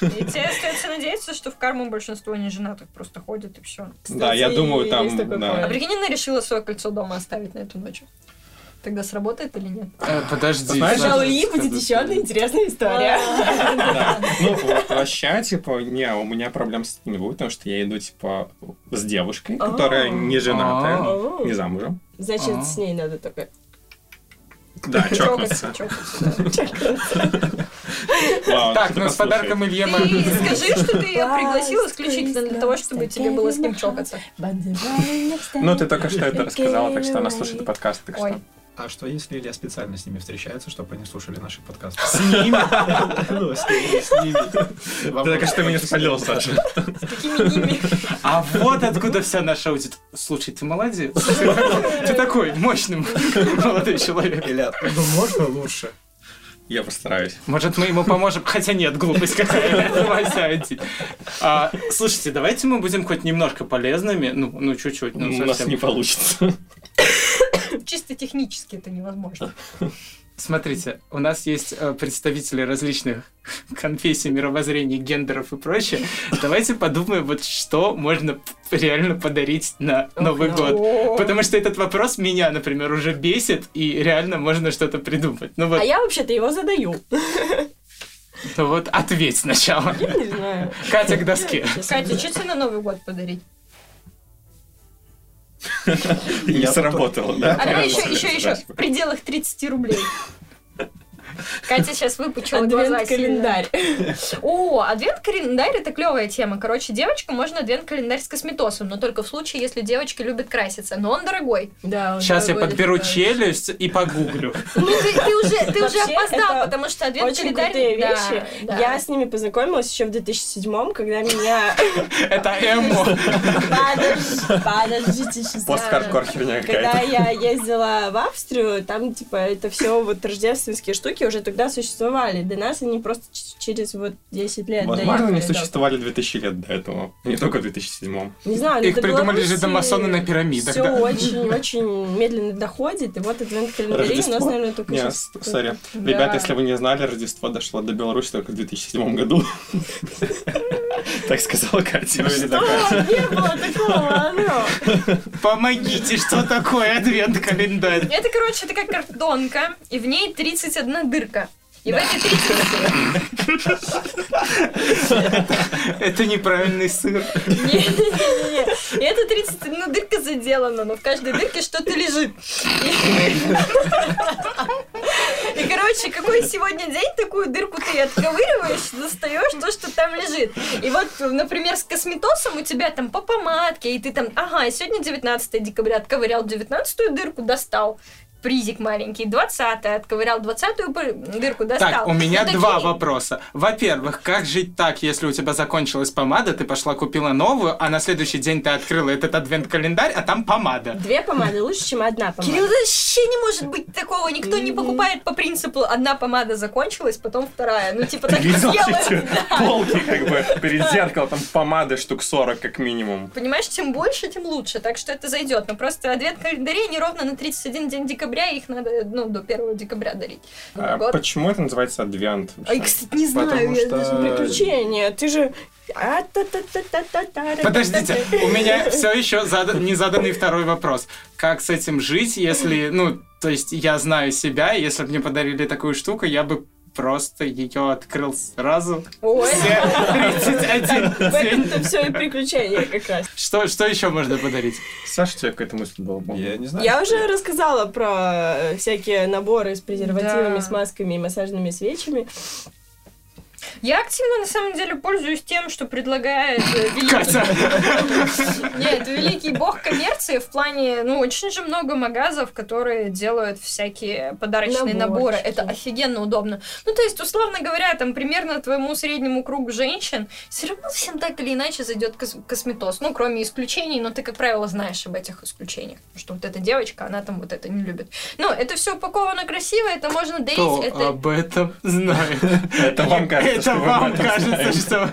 [SPEAKER 1] И тебе остается надеяться, что в карму большинство неженатых просто ходят и все.
[SPEAKER 3] Да, я
[SPEAKER 6] Кстати,
[SPEAKER 3] думаю,
[SPEAKER 6] есть
[SPEAKER 3] там,
[SPEAKER 6] такой
[SPEAKER 1] А
[SPEAKER 3] да.
[SPEAKER 6] план.
[SPEAKER 1] прикинь, она решила свое кольцо дома оставить на эту ночь. Тогда сработает или нет?
[SPEAKER 2] Э, Подожди.
[SPEAKER 3] Знаешь,
[SPEAKER 2] Саша,
[SPEAKER 6] А у Ильи
[SPEAKER 2] сказать.
[SPEAKER 6] будет еще одна интересная история.
[SPEAKER 1] А.
[SPEAKER 3] Да. Ну, вот вообще, типа, не, у меня проблем с этим не будет, потому что я иду, типа, с девушкой,
[SPEAKER 6] А.
[SPEAKER 3] которая не женатая,
[SPEAKER 2] А.
[SPEAKER 6] О.
[SPEAKER 3] не замужем.
[SPEAKER 6] Значит,
[SPEAKER 2] А.
[SPEAKER 6] с ней надо только...
[SPEAKER 3] Да, чокнуться.
[SPEAKER 1] Чокаться, чокаться.
[SPEAKER 3] Вау, типа,
[SPEAKER 2] Так,
[SPEAKER 3] кто-то
[SPEAKER 2] ну с
[SPEAKER 3] послушает.
[SPEAKER 2] подарком Илье мы...
[SPEAKER 1] Ты скажи, что ты ее
[SPEAKER 6] Да,
[SPEAKER 1] пригласил исключительно для того, чтобы тебе было с ним чокаться.
[SPEAKER 3] Ну, ты только что это рассказала, так что она слушает подкаст, так
[SPEAKER 1] Ой.
[SPEAKER 3] что...
[SPEAKER 5] А что если Илья специально с ними встречается, чтобы они слушали наши подкасты? С ними? Ну, с ними, с ними. Вам
[SPEAKER 3] Ты только
[SPEAKER 5] просто
[SPEAKER 3] что меня
[SPEAKER 5] очень
[SPEAKER 3] спалил,
[SPEAKER 5] сильно.
[SPEAKER 3] Саша.
[SPEAKER 1] С такими ними.
[SPEAKER 2] А вот откуда вся наша аудит. Слушай, ты молодец. Ты такой мощный молодой человек.
[SPEAKER 5] Илья, ну можно лучше?
[SPEAKER 3] Я постараюсь.
[SPEAKER 2] Может, мы ему поможем? Хотя нет, глупость какая. Вася, один. А, Слушайте, давайте мы будем хоть немножко полезными. Ну, ну чуть-чуть, ну
[SPEAKER 3] У нас
[SPEAKER 2] совсем.
[SPEAKER 3] не получится.
[SPEAKER 1] Чисто технически это невозможно.
[SPEAKER 2] Смотрите, у нас есть э, представители различных конфессий, мировоззрений, гендеров и прочее. Давайте подумаем, вот что можно реально подарить на Новый
[SPEAKER 1] Ну,
[SPEAKER 2] год. Потому что этот вопрос меня, например, уже бесит, и реально можно что-то придумать. Ну вот,
[SPEAKER 6] А я вообще-то его задаю.
[SPEAKER 2] ну вот ответь сначала.
[SPEAKER 6] Я не знаю.
[SPEAKER 2] Катя к доске.
[SPEAKER 1] Катя, что тебе на Новый год подарить?
[SPEAKER 3] Не
[SPEAKER 5] Я
[SPEAKER 3] сработало, да?
[SPEAKER 1] А давай
[SPEAKER 3] Правильно
[SPEAKER 1] еще, еще, еще. В
[SPEAKER 3] спрашиваю.
[SPEAKER 1] пределах 30 рублей. Катя сейчас выпучила глаза сильно.
[SPEAKER 6] Адвент-календарь.
[SPEAKER 1] О, адвент-календарь это клевая тема. Короче, девочкам можно адвент-календарь с косметосом, но только в случае, если девочки любят краситься. Но он дорогой.
[SPEAKER 6] Да, он
[SPEAKER 2] Сейчас я
[SPEAKER 6] дорогой
[SPEAKER 2] подберу
[SPEAKER 6] такой.
[SPEAKER 2] челюсть и погуглю.
[SPEAKER 1] Ну, ты, ты уже, ты уже
[SPEAKER 6] Вообще,
[SPEAKER 1] опоздал,
[SPEAKER 6] это
[SPEAKER 1] потому что
[SPEAKER 6] Очень
[SPEAKER 1] адвент-календарь...
[SPEAKER 6] крутые
[SPEAKER 1] Да,
[SPEAKER 6] вещи.
[SPEAKER 1] да.
[SPEAKER 6] Я с ними познакомилась еще в 2007 когда меня...
[SPEAKER 2] Это эмо.
[SPEAKER 6] Подож- Подождите, сейчас.
[SPEAKER 3] Пост-хардкор херня
[SPEAKER 6] Когда
[SPEAKER 3] какая-то.
[SPEAKER 6] я ездила в Австрию, там, типа, это все вот рождественские штуки уже тогда существовали. До нас они просто ч- через вот 10 лет
[SPEAKER 3] Возможно, они
[SPEAKER 6] доехали до-
[SPEAKER 3] существовали 2000 лет до этого, не только в 2007.
[SPEAKER 6] Не знаю,
[SPEAKER 2] Их придумали же домасоны на пирамидах.
[SPEAKER 6] Все
[SPEAKER 2] да.
[SPEAKER 6] очень-очень медленно доходит, и вот адвент календарь у нас,
[SPEAKER 3] Рождество?
[SPEAKER 6] наверное, только
[SPEAKER 3] Не,
[SPEAKER 6] сейчас.
[SPEAKER 3] с- сори.
[SPEAKER 1] Да.
[SPEAKER 3] Ребята, если вы не знали, Рождество дошло до Беларуси только в 2007 году. Так сказала Катя.
[SPEAKER 6] Не было такого, оно.
[SPEAKER 2] Помогите, что такое адвент-календарь?
[SPEAKER 1] Это, короче, такая картонка, и в ней 31 дырка. И в этой 30...
[SPEAKER 2] Это неправильный сыр.
[SPEAKER 1] Не-не-не. И эта 31 дырка заделана, но в каждой дырке что-то лежит. И, короче, какой сегодня день, такую дырку ты отковыриваешь, достаешь то, что там лежит. И вот, например, с косметосом у тебя там по помадке, и ты там, ага, сегодня 19 декабря, отковырял 19 дырку, достал призик маленький, 20 отковырял 20-ю пы- дырку, достал.
[SPEAKER 2] Так, у меня
[SPEAKER 1] Ну, такие-
[SPEAKER 2] два вопроса. Во-первых, как жить так, если у тебя закончилась помада, ты пошла купила новую, а на следующий день ты открыла этот адвент-календарь, а там помада.
[SPEAKER 6] Две помады лучше, чем одна
[SPEAKER 1] Кирилл,
[SPEAKER 6] помада.
[SPEAKER 1] это вообще не может быть такого. Никто не покупает по принципу одна помада закончилась, потом вторая. Ну, типа, так не
[SPEAKER 3] Видел
[SPEAKER 1] делают.
[SPEAKER 3] эти полки, как бы, перед зеркалом, там помады штук 40 как минимум.
[SPEAKER 1] Понимаешь, чем больше, тем лучше, так что это зайдет. Но просто ответ календарей не ровно на 31 день декабря, и их надо, ну, до 1 декабря дарить.
[SPEAKER 2] Ну,
[SPEAKER 3] А
[SPEAKER 1] Год.
[SPEAKER 3] Почему это называется адвент? вообще?
[SPEAKER 1] А я, кстати, не знаю.
[SPEAKER 5] Потому
[SPEAKER 1] я
[SPEAKER 5] что-
[SPEAKER 1] даже не прикру-
[SPEAKER 6] Приключения, ты же... А, та-та-та-та-та-та-ра.
[SPEAKER 2] Подождите, у меня все еще не заданный второй вопрос. Как с этим жить, если, ну, то есть я знаю себя, и если бы мне подарили такую штуку, я бы просто ее открыл сразу.
[SPEAKER 6] Ой,
[SPEAKER 2] Все 31
[SPEAKER 6] в
[SPEAKER 2] день.
[SPEAKER 6] этом-то все и приключение как раз.
[SPEAKER 2] Что, что еще можно подарить?
[SPEAKER 3] Саша, тебе какая-то мысль была? по-моему?
[SPEAKER 5] Я не знаю.
[SPEAKER 6] Я уже рассказала про э, всякие наборы с презервативами,
[SPEAKER 1] Да.
[SPEAKER 6] с масками и массажными свечами.
[SPEAKER 1] Я активно, на самом деле, пользуюсь тем, что предлагает э,
[SPEAKER 2] Катя.
[SPEAKER 1] великий... Нет, великий бог коммерции в плане... Ну, очень же много магазов, которые делают всякие подарочные наборы.
[SPEAKER 6] Наборчики.
[SPEAKER 1] Это офигенно удобно. Ну, то есть, условно говоря, там примерно твоему среднему кругу женщин все равно всем так или иначе зайдет кос- косметоз. Ну, кроме исключений, но ты, как правило, знаешь об этих исключениях. Потому что вот эта девочка, она там вот это не любит. Ну, это все упаковано красиво, это можно дарить.
[SPEAKER 2] Кто
[SPEAKER 1] это...
[SPEAKER 2] об этом знает?
[SPEAKER 3] Это вам кажется,
[SPEAKER 2] Это
[SPEAKER 3] что мы
[SPEAKER 2] вам
[SPEAKER 3] об этом
[SPEAKER 2] кажется,
[SPEAKER 3] знаем.
[SPEAKER 2] что...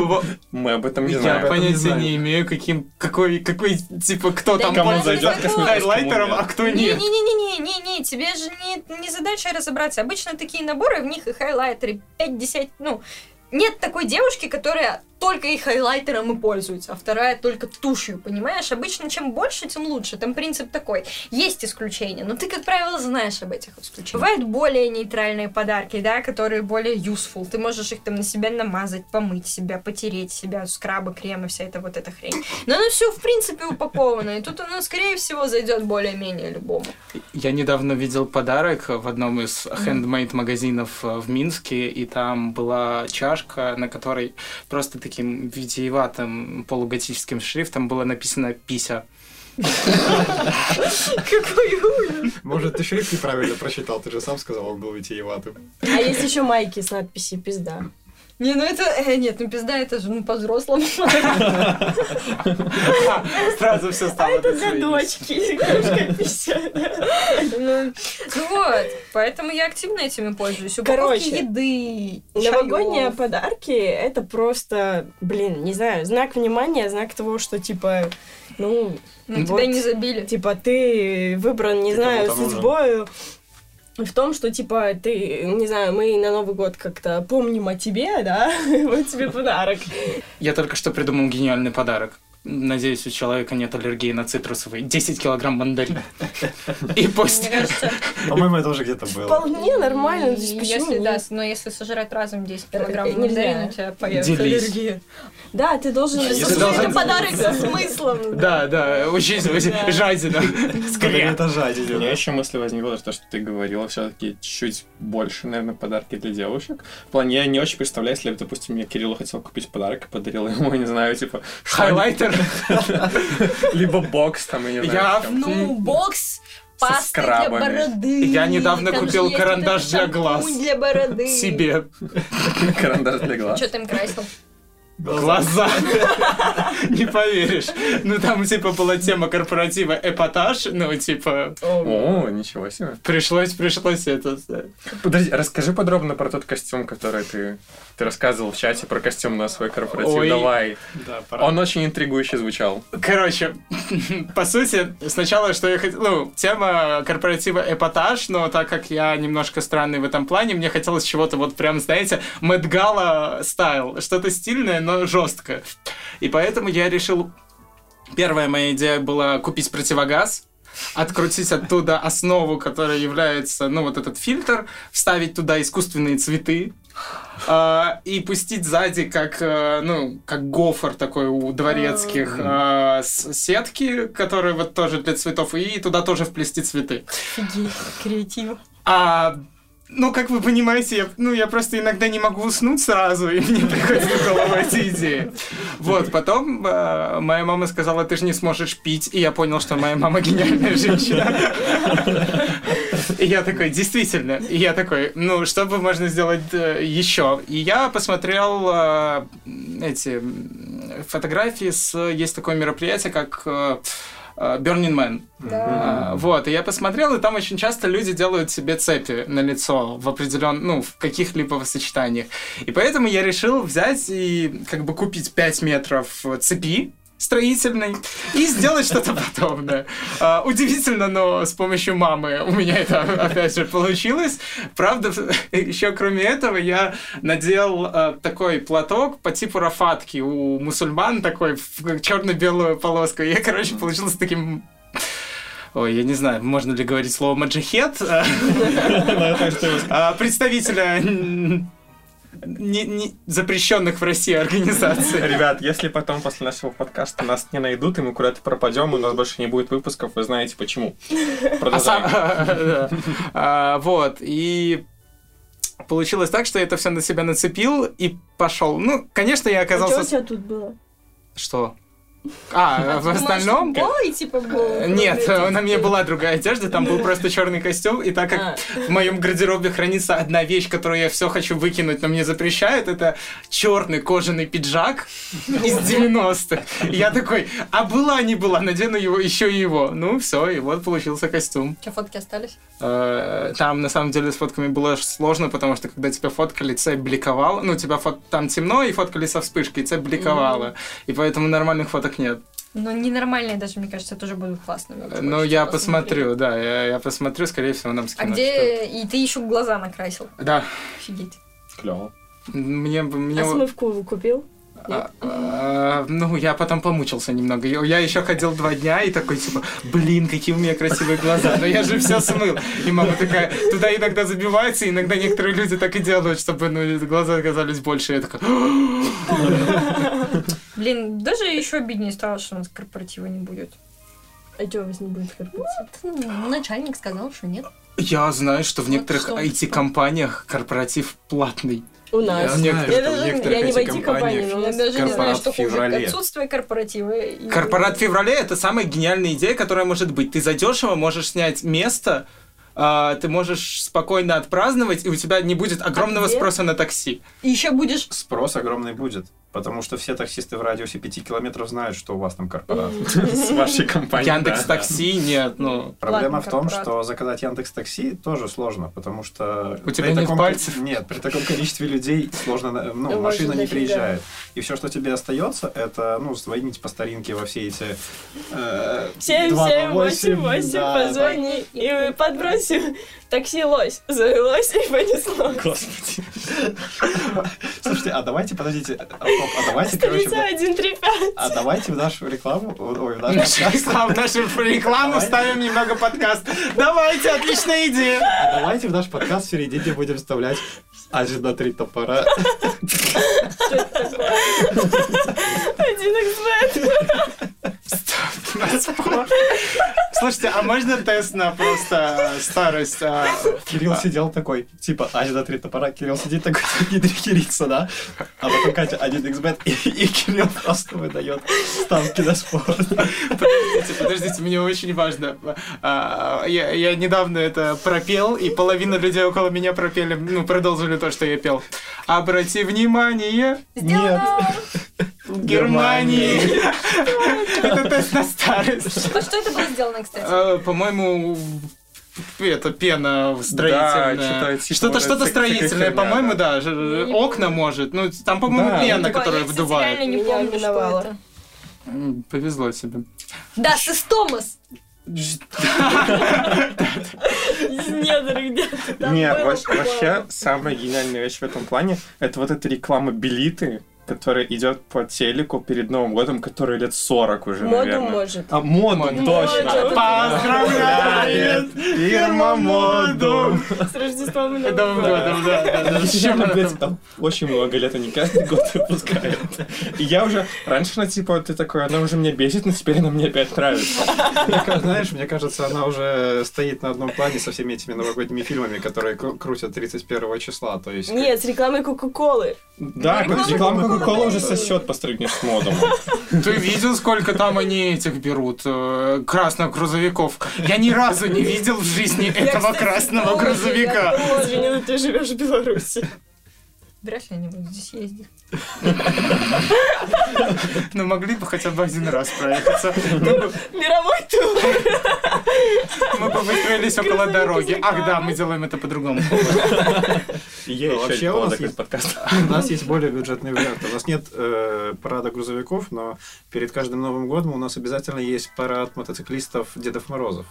[SPEAKER 2] Во-
[SPEAKER 3] Мы об этом не
[SPEAKER 2] Я
[SPEAKER 3] знаем.
[SPEAKER 5] об этом не
[SPEAKER 2] понятия
[SPEAKER 5] знаю.
[SPEAKER 2] не имею, каким, какой, какой, типа, кто
[SPEAKER 1] Да
[SPEAKER 2] там
[SPEAKER 1] кому
[SPEAKER 2] пользуется
[SPEAKER 1] зайдет косметическому
[SPEAKER 2] хайлайтером,
[SPEAKER 3] миру.
[SPEAKER 2] а кто
[SPEAKER 1] Не, не,
[SPEAKER 2] нет.
[SPEAKER 1] не, не, не, не, тебе же не, не задача разобраться. Обычно такие наборы, в них и хайлайтеры 50, ну, нет такой девушки, которая только и хайлайтером и пользуется, а вторая только тушью, понимаешь? Обычно чем больше, тем лучше. Там принцип такой. Есть исключения, но ты, как правило, знаешь об этих исключениях. Бывают более нейтральные подарки, да, которые более useful. Ты можешь их там на себя намазать, помыть себя, потереть себя, скрабы, кремы, вся эта вот эта хрень. Но оно все, в принципе, упаковано, и тут оно, скорее всего, зайдет более-менее любому.
[SPEAKER 2] Я недавно видел подарок в одном из хендмейд магазинов э, в Минске, и там была чашка, на которой просто таким витиеватым полуготическим шрифтом было написано «Пися».
[SPEAKER 6] Какой ужас.
[SPEAKER 5] Может, ты шрифт неправильно прочитал, ты же сам сказал, он был витиеватым.
[SPEAKER 6] А есть еще майки с надписью «Пизда».
[SPEAKER 1] Не, ну это... э, нет, ну пизда, это же ну по-взрослому.
[SPEAKER 2] Сразу все стало.
[SPEAKER 6] А
[SPEAKER 2] до
[SPEAKER 6] Это для
[SPEAKER 2] свидания.
[SPEAKER 6] дочки. Кружка
[SPEAKER 1] Ну ну вот, поэтому я активно этими пользуюсь. Упаковки
[SPEAKER 6] Короче,
[SPEAKER 1] еды,
[SPEAKER 6] Новогодние
[SPEAKER 1] чаёв.
[SPEAKER 6] подарки — это просто, блин, не знаю, знак внимания, знак того, что, типа, ну,
[SPEAKER 1] Ну,
[SPEAKER 6] Вот.
[SPEAKER 1] тебя не забили.
[SPEAKER 6] типа, ты выбран, не
[SPEAKER 5] Ты
[SPEAKER 6] знаю,
[SPEAKER 5] кому-то нужен.
[SPEAKER 6] судьбою в том, что, типа, ты, не знаю, мы на Новый год как-то помним о тебе, да, вот тебе подарок.
[SPEAKER 2] Я только что придумал гениальный подарок. Надеюсь, у человека нет аллергии на цитрусовые. 10 килограмм мандарин. И
[SPEAKER 1] Мне
[SPEAKER 2] пусть...
[SPEAKER 1] кажется,
[SPEAKER 5] По-моему, это уже где-то было.
[SPEAKER 6] Вполне нормально, то есть почему
[SPEAKER 1] если, да,
[SPEAKER 6] нет?
[SPEAKER 1] но если сожрать разом 10
[SPEAKER 6] Э, э,
[SPEAKER 1] килограмм
[SPEAKER 6] нельзя.
[SPEAKER 1] мандарин, у тебя появится
[SPEAKER 2] Делись.
[SPEAKER 1] аллергия.
[SPEAKER 6] Да, ты должен...
[SPEAKER 5] Если
[SPEAKER 6] Слушай,
[SPEAKER 2] должен-
[SPEAKER 6] это подарок со смыслом.
[SPEAKER 2] Да, да, очень
[SPEAKER 6] Да.
[SPEAKER 2] жадина.
[SPEAKER 5] Скорее,
[SPEAKER 2] Скорее.
[SPEAKER 5] это жади
[SPEAKER 3] У меня еще мысль возникла, то, что ты говорила, все-таки чуть больше, наверное, подарки для девушек. В плане, я не очень представляю, если, бы, допустим, мне Кирилл хотел купить подарок и подарил ему, не знаю, типа...
[SPEAKER 2] Хайлайтер.
[SPEAKER 3] что-нибудь, Либо бокс там, я не
[SPEAKER 2] Я
[SPEAKER 3] знаю. там.
[SPEAKER 1] Ну, бокс
[SPEAKER 3] Со
[SPEAKER 1] пасты для
[SPEAKER 3] скрабами.
[SPEAKER 1] бороды.
[SPEAKER 2] Я недавно
[SPEAKER 1] там же
[SPEAKER 2] купил
[SPEAKER 1] есть вот
[SPEAKER 2] карандаш
[SPEAKER 1] этот
[SPEAKER 2] для
[SPEAKER 1] шампунь
[SPEAKER 2] глаз.
[SPEAKER 1] для бороды.
[SPEAKER 2] Себе.
[SPEAKER 3] Карандаш для глаз.
[SPEAKER 1] Что ты им красил?
[SPEAKER 2] Глаза. Не поверишь. Ну, там, типа, была тема корпоратива эпатаж. Ну, типа,
[SPEAKER 3] О, ничего себе.
[SPEAKER 2] пришлось, пришлось это... э,
[SPEAKER 3] Подожди, расскажи подробно про тот костюм, который ты... Ты рассказывал в чате про костюм на свой корпоратив.
[SPEAKER 2] Ой.
[SPEAKER 3] Давай.
[SPEAKER 5] Да, пора.
[SPEAKER 3] Он очень интригующе звучал.
[SPEAKER 2] Короче, по сути, сначала, что я хотел... Ну, тема корпоратива эпатаж, но так как я немножко странный в этом плане, мне хотелось чего-то вот прям, знаете, Мэтт Гала стайл. Что-то стильное, но жесткое. И поэтому я решил... Первая моя идея была купить противогаз, открутить оттуда основу, которая является, ну, вот этот фильтр, вставить туда искусственные цветы, а, и пустить сзади, как, э, ну, как гофр такой у дворецких, а, с- сетки, которые вот тоже для цветов, и туда тоже вплести цветы.
[SPEAKER 1] Офигеть, креатива.
[SPEAKER 2] А, ну, как вы понимаете, я, ну, я просто иногда не могу уснуть сразу, и мне приходят в голову эти идеи. Вот, потом э, моя мама сказала, ты же не сможешь пить, и я понял, что моя мама гениальная женщина. И я такой, действительно. И я такой, ну, что бы можно сделать еще? И я посмотрел э, эти м, фотографии с... Есть такое мероприятие, как э, э, Burning Man. А, Вот, и я посмотрел, и там очень часто люди делают себе цепи на лицо в определен, ну, в каких-либо сочетаниях. И поэтому я решил взять и как бы купить 5 метров э, цепи строительной и сделать что-то подобное. А, Удивительно, но с помощью мамы у меня это опять же получилось. Правда, еще кроме этого я надел э, такой платок по типу рафатки у мусульман такой в черно-белую полоску. И Я, короче, получился таким ой, я не знаю, можно ли говорить слово маджахет,
[SPEAKER 3] Это что я сказал.
[SPEAKER 2] а, представителя м, не- не- запрещенных в России организаций.
[SPEAKER 3] Ребят, если потом после нашего подкаста нас не найдут, и мы куда-то пропадем, и у нас больше не будет выпусков, вы знаете почему.
[SPEAKER 2] А сам-
[SPEAKER 3] Продолжаем.
[SPEAKER 2] да. А, Вот, и получилось так, что я это все на себя нацепил и пошел. Ну, конечно, я
[SPEAKER 6] А что у
[SPEAKER 2] оказался...
[SPEAKER 6] тебя тут было?
[SPEAKER 2] Что? А, в остальном...
[SPEAKER 1] голый,
[SPEAKER 6] А,
[SPEAKER 1] типа,
[SPEAKER 2] Э,
[SPEAKER 1] голый?
[SPEAKER 2] Нет,
[SPEAKER 6] Голый,
[SPEAKER 2] на мне была другая одежда, там был просто черный костюм, и так как
[SPEAKER 6] А.
[SPEAKER 2] в моем гардеробе хранится одна вещь, которую я все хочу выкинуть, но мне запрещают, это черный кожаный пиджак из 90-х. И Я такой, а была не была, надену его, еще и его. Ну, все, и вот получился костюм.
[SPEAKER 1] Что, фотки остались?
[SPEAKER 2] Э, Там, на самом деле, с фотками было ж сложно, потому что, когда тебя фоткали, цепь бликовала. Ну, тебя фот- там темно, и фоткали со вспышкой, и цепь бликовала. И поэтому нормальных фоток нет.
[SPEAKER 1] Но ненормальные даже, мне кажется, тоже будут классными. очень
[SPEAKER 2] Ну,
[SPEAKER 1] хочется
[SPEAKER 2] я
[SPEAKER 1] посмотреть.
[SPEAKER 2] посмотрю, да, я, я посмотрю, скорее всего, нам
[SPEAKER 1] А
[SPEAKER 2] скинут. что-то.
[SPEAKER 1] где... И ты еще глаза накрасил.
[SPEAKER 2] Да,
[SPEAKER 1] Офигеть.
[SPEAKER 3] Клево.
[SPEAKER 2] мне... бы- мне
[SPEAKER 6] А
[SPEAKER 2] вот-
[SPEAKER 6] смывку купил?
[SPEAKER 2] а, а, ну, я потом помучился немного. Я, я еще ходил два дня и такой, типа, блин, какие у меня красивые глаза, но я же все смыл. И мама такая, туда иногда забивается, и иногда некоторые люди так и делают, чтобы ну, глаза оказались больше. Я такой,
[SPEAKER 1] Блин, даже еще обиднее стало, что у нас корпоратива не будет.
[SPEAKER 6] А что у вас не будет корпоратив?
[SPEAKER 1] Ну, Начальник сказал, что нет.
[SPEAKER 2] я знаю, что в
[SPEAKER 1] Вот
[SPEAKER 2] некоторых
[SPEAKER 1] что.
[SPEAKER 2] IT-компаниях корпоратив платный.
[SPEAKER 6] У
[SPEAKER 5] Я
[SPEAKER 6] нас.
[SPEAKER 5] знаю,
[SPEAKER 6] Я
[SPEAKER 5] что
[SPEAKER 6] даже-
[SPEAKER 5] в некоторых
[SPEAKER 6] я не в
[SPEAKER 5] IT-компаниях
[SPEAKER 6] IT-компании, но у
[SPEAKER 1] Я
[SPEAKER 6] нас
[SPEAKER 1] даже не знаю,
[SPEAKER 5] корпорат
[SPEAKER 1] что
[SPEAKER 5] в
[SPEAKER 1] хуже.
[SPEAKER 5] феврале.
[SPEAKER 1] Отсутствие корпоратива. и-
[SPEAKER 2] Корпорат февраля это самая гениальная идея, которая может быть. Ты задешево можешь снять место, а, ты можешь спокойно отпраздновать, и у тебя не будет огромного
[SPEAKER 6] А где?
[SPEAKER 2] спроса на такси.
[SPEAKER 1] И еще будешь...
[SPEAKER 5] Спрос огромный будет, потому что все таксисты в радиусе 5 километров знают, что у вас там корпорат.
[SPEAKER 3] С вашей компанией.
[SPEAKER 2] Яндекс
[SPEAKER 3] да.
[SPEAKER 2] такси нет, ну.
[SPEAKER 5] Проблема
[SPEAKER 1] Ладно,
[SPEAKER 5] в том,
[SPEAKER 1] корпорат.
[SPEAKER 5] что заказать Яндекс Такси тоже сложно, потому что...
[SPEAKER 2] У
[SPEAKER 5] при
[SPEAKER 2] тебя нет
[SPEAKER 5] таком-
[SPEAKER 2] пальцев?
[SPEAKER 5] Нет, при таком количестве людей сложно... на- Ну,
[SPEAKER 6] Ну,
[SPEAKER 5] машина
[SPEAKER 6] можно
[SPEAKER 5] не
[SPEAKER 6] дофига.
[SPEAKER 5] приезжает. И все, что тебе остается, это, ну, звонить по старинке во все эти... э,
[SPEAKER 6] 7, 7, 8, 8,
[SPEAKER 5] да, да.
[SPEAKER 6] позвони и подбросим такси лось. Завелось и понесло.
[SPEAKER 5] Господи. Слушайте, а давайте, подождите, а, стоп, а давайте, короче,
[SPEAKER 6] Столица
[SPEAKER 5] в-
[SPEAKER 6] 1, 3, 5.
[SPEAKER 5] а давайте в нашу рекламу, ой, в наш
[SPEAKER 2] Нашу
[SPEAKER 5] подкаст,
[SPEAKER 2] рекламу, нашу рекламу
[SPEAKER 5] Давай.
[SPEAKER 2] ставим немного подкаст. Давайте, отличная идея.
[SPEAKER 5] а давайте в наш подкаст в середине будем вставлять один на три топора.
[SPEAKER 6] Один XB.
[SPEAKER 2] Ставь на спор. Слушайте, а можно тест на просто э, старость? а?
[SPEAKER 5] Кирилл сидел такой, типа, один на три топора, Кирилл сидит такой, не триггерится, да? А потом Катя один xbet, и, и Кирилл просто выдает ставки на спорт.
[SPEAKER 2] Подождите, подождите, мне очень важно. А, Я, я недавно это пропел, и половина людей около меня пропели, ну, продолжили то, что я пел. Обрати внимание,
[SPEAKER 1] Сделано!
[SPEAKER 2] Германии! Это тест на старость.
[SPEAKER 1] А что это было сделано, кстати?
[SPEAKER 2] А, По-моему, это пена
[SPEAKER 3] Да,
[SPEAKER 2] строительная.
[SPEAKER 3] что-то типа
[SPEAKER 2] Что-то
[SPEAKER 3] вот
[SPEAKER 2] что-то
[SPEAKER 3] этой всякой
[SPEAKER 2] строительное,
[SPEAKER 3] херня,
[SPEAKER 2] по-моему,
[SPEAKER 3] да.
[SPEAKER 2] да. ж- ж-
[SPEAKER 1] не
[SPEAKER 2] Окна может. Ну, там, по-моему,
[SPEAKER 3] Да.
[SPEAKER 2] пена,
[SPEAKER 3] Ой,
[SPEAKER 2] которая
[SPEAKER 1] Типа, я, кстати,
[SPEAKER 2] выдувает.
[SPEAKER 1] реально не
[SPEAKER 6] Меня
[SPEAKER 1] помню, что
[SPEAKER 6] миновало.
[SPEAKER 1] это.
[SPEAKER 2] М, Повезло тебе.
[SPEAKER 1] Да, Систомас!
[SPEAKER 6] Из недр где-то там
[SPEAKER 3] Не,
[SPEAKER 6] был,
[SPEAKER 3] вообще,
[SPEAKER 6] был.
[SPEAKER 3] вообще самая гениальная вещь в этом плане это вот эта реклама Белиты, которая идет по телеку перед Новым годом, которая лет 40 уже,
[SPEAKER 6] Моду
[SPEAKER 3] наверное.
[SPEAKER 6] может.
[SPEAKER 3] А, моду,
[SPEAKER 2] Моду.
[SPEAKER 3] точно.
[SPEAKER 6] Моду.
[SPEAKER 2] Поздравляет!
[SPEAKER 5] Фирма Моду!
[SPEAKER 6] С Рождеством и Новым
[SPEAKER 2] Новым
[SPEAKER 6] годом.
[SPEAKER 2] годом, да, да, да. С
[SPEAKER 3] Еще,
[SPEAKER 2] чем она
[SPEAKER 3] блядь,
[SPEAKER 2] там?
[SPEAKER 3] там очень много лет, они каждый год выпускают. И я уже... Раньше она, типа, ты такой, она уже меня бесит, но теперь она мне опять нравится.
[SPEAKER 5] Мне ка- Знаешь, мне кажется, она уже стоит на одном плане со всеми этими новогодними фильмами, которые кру- крутят 31 числа, то есть... как-
[SPEAKER 6] Нет, с рекламой Кока-Колы.
[SPEAKER 3] Да,
[SPEAKER 1] Реклама
[SPEAKER 3] реклама Кока-Кола
[SPEAKER 1] Coca-Cola
[SPEAKER 3] уже
[SPEAKER 1] тоже.
[SPEAKER 3] сосет по сравнению с модом.
[SPEAKER 2] Ты видел, сколько там они этих берут? э, Красных грузовиков. Я ни разу не видел в жизни этого красного
[SPEAKER 1] тоже, я
[SPEAKER 2] грузовика.
[SPEAKER 6] Извини, но ну ты живешь в Беларуси.
[SPEAKER 1] Вряд ли они будут здесь ездить.
[SPEAKER 2] Ну, могли бы хотя бы один раз проехаться. Ну, Мы бы-
[SPEAKER 6] Мировой тур.
[SPEAKER 2] Мы бы выстроились около
[SPEAKER 6] Грузовик
[SPEAKER 2] дороги.
[SPEAKER 6] из
[SPEAKER 2] Ах, да,
[SPEAKER 6] рекламы.
[SPEAKER 2] мы делаем это по-другому.
[SPEAKER 3] Вообще,
[SPEAKER 5] Е, вообще у
[SPEAKER 3] повод
[SPEAKER 5] нас
[SPEAKER 3] закрыть
[SPEAKER 5] есть
[SPEAKER 3] подкаст.
[SPEAKER 5] У нас есть более бюджетные варианты. У нас нет э, парада грузовиков, но перед каждым Новым годом у нас обязательно есть парад мотоциклистов Дедов Морозов.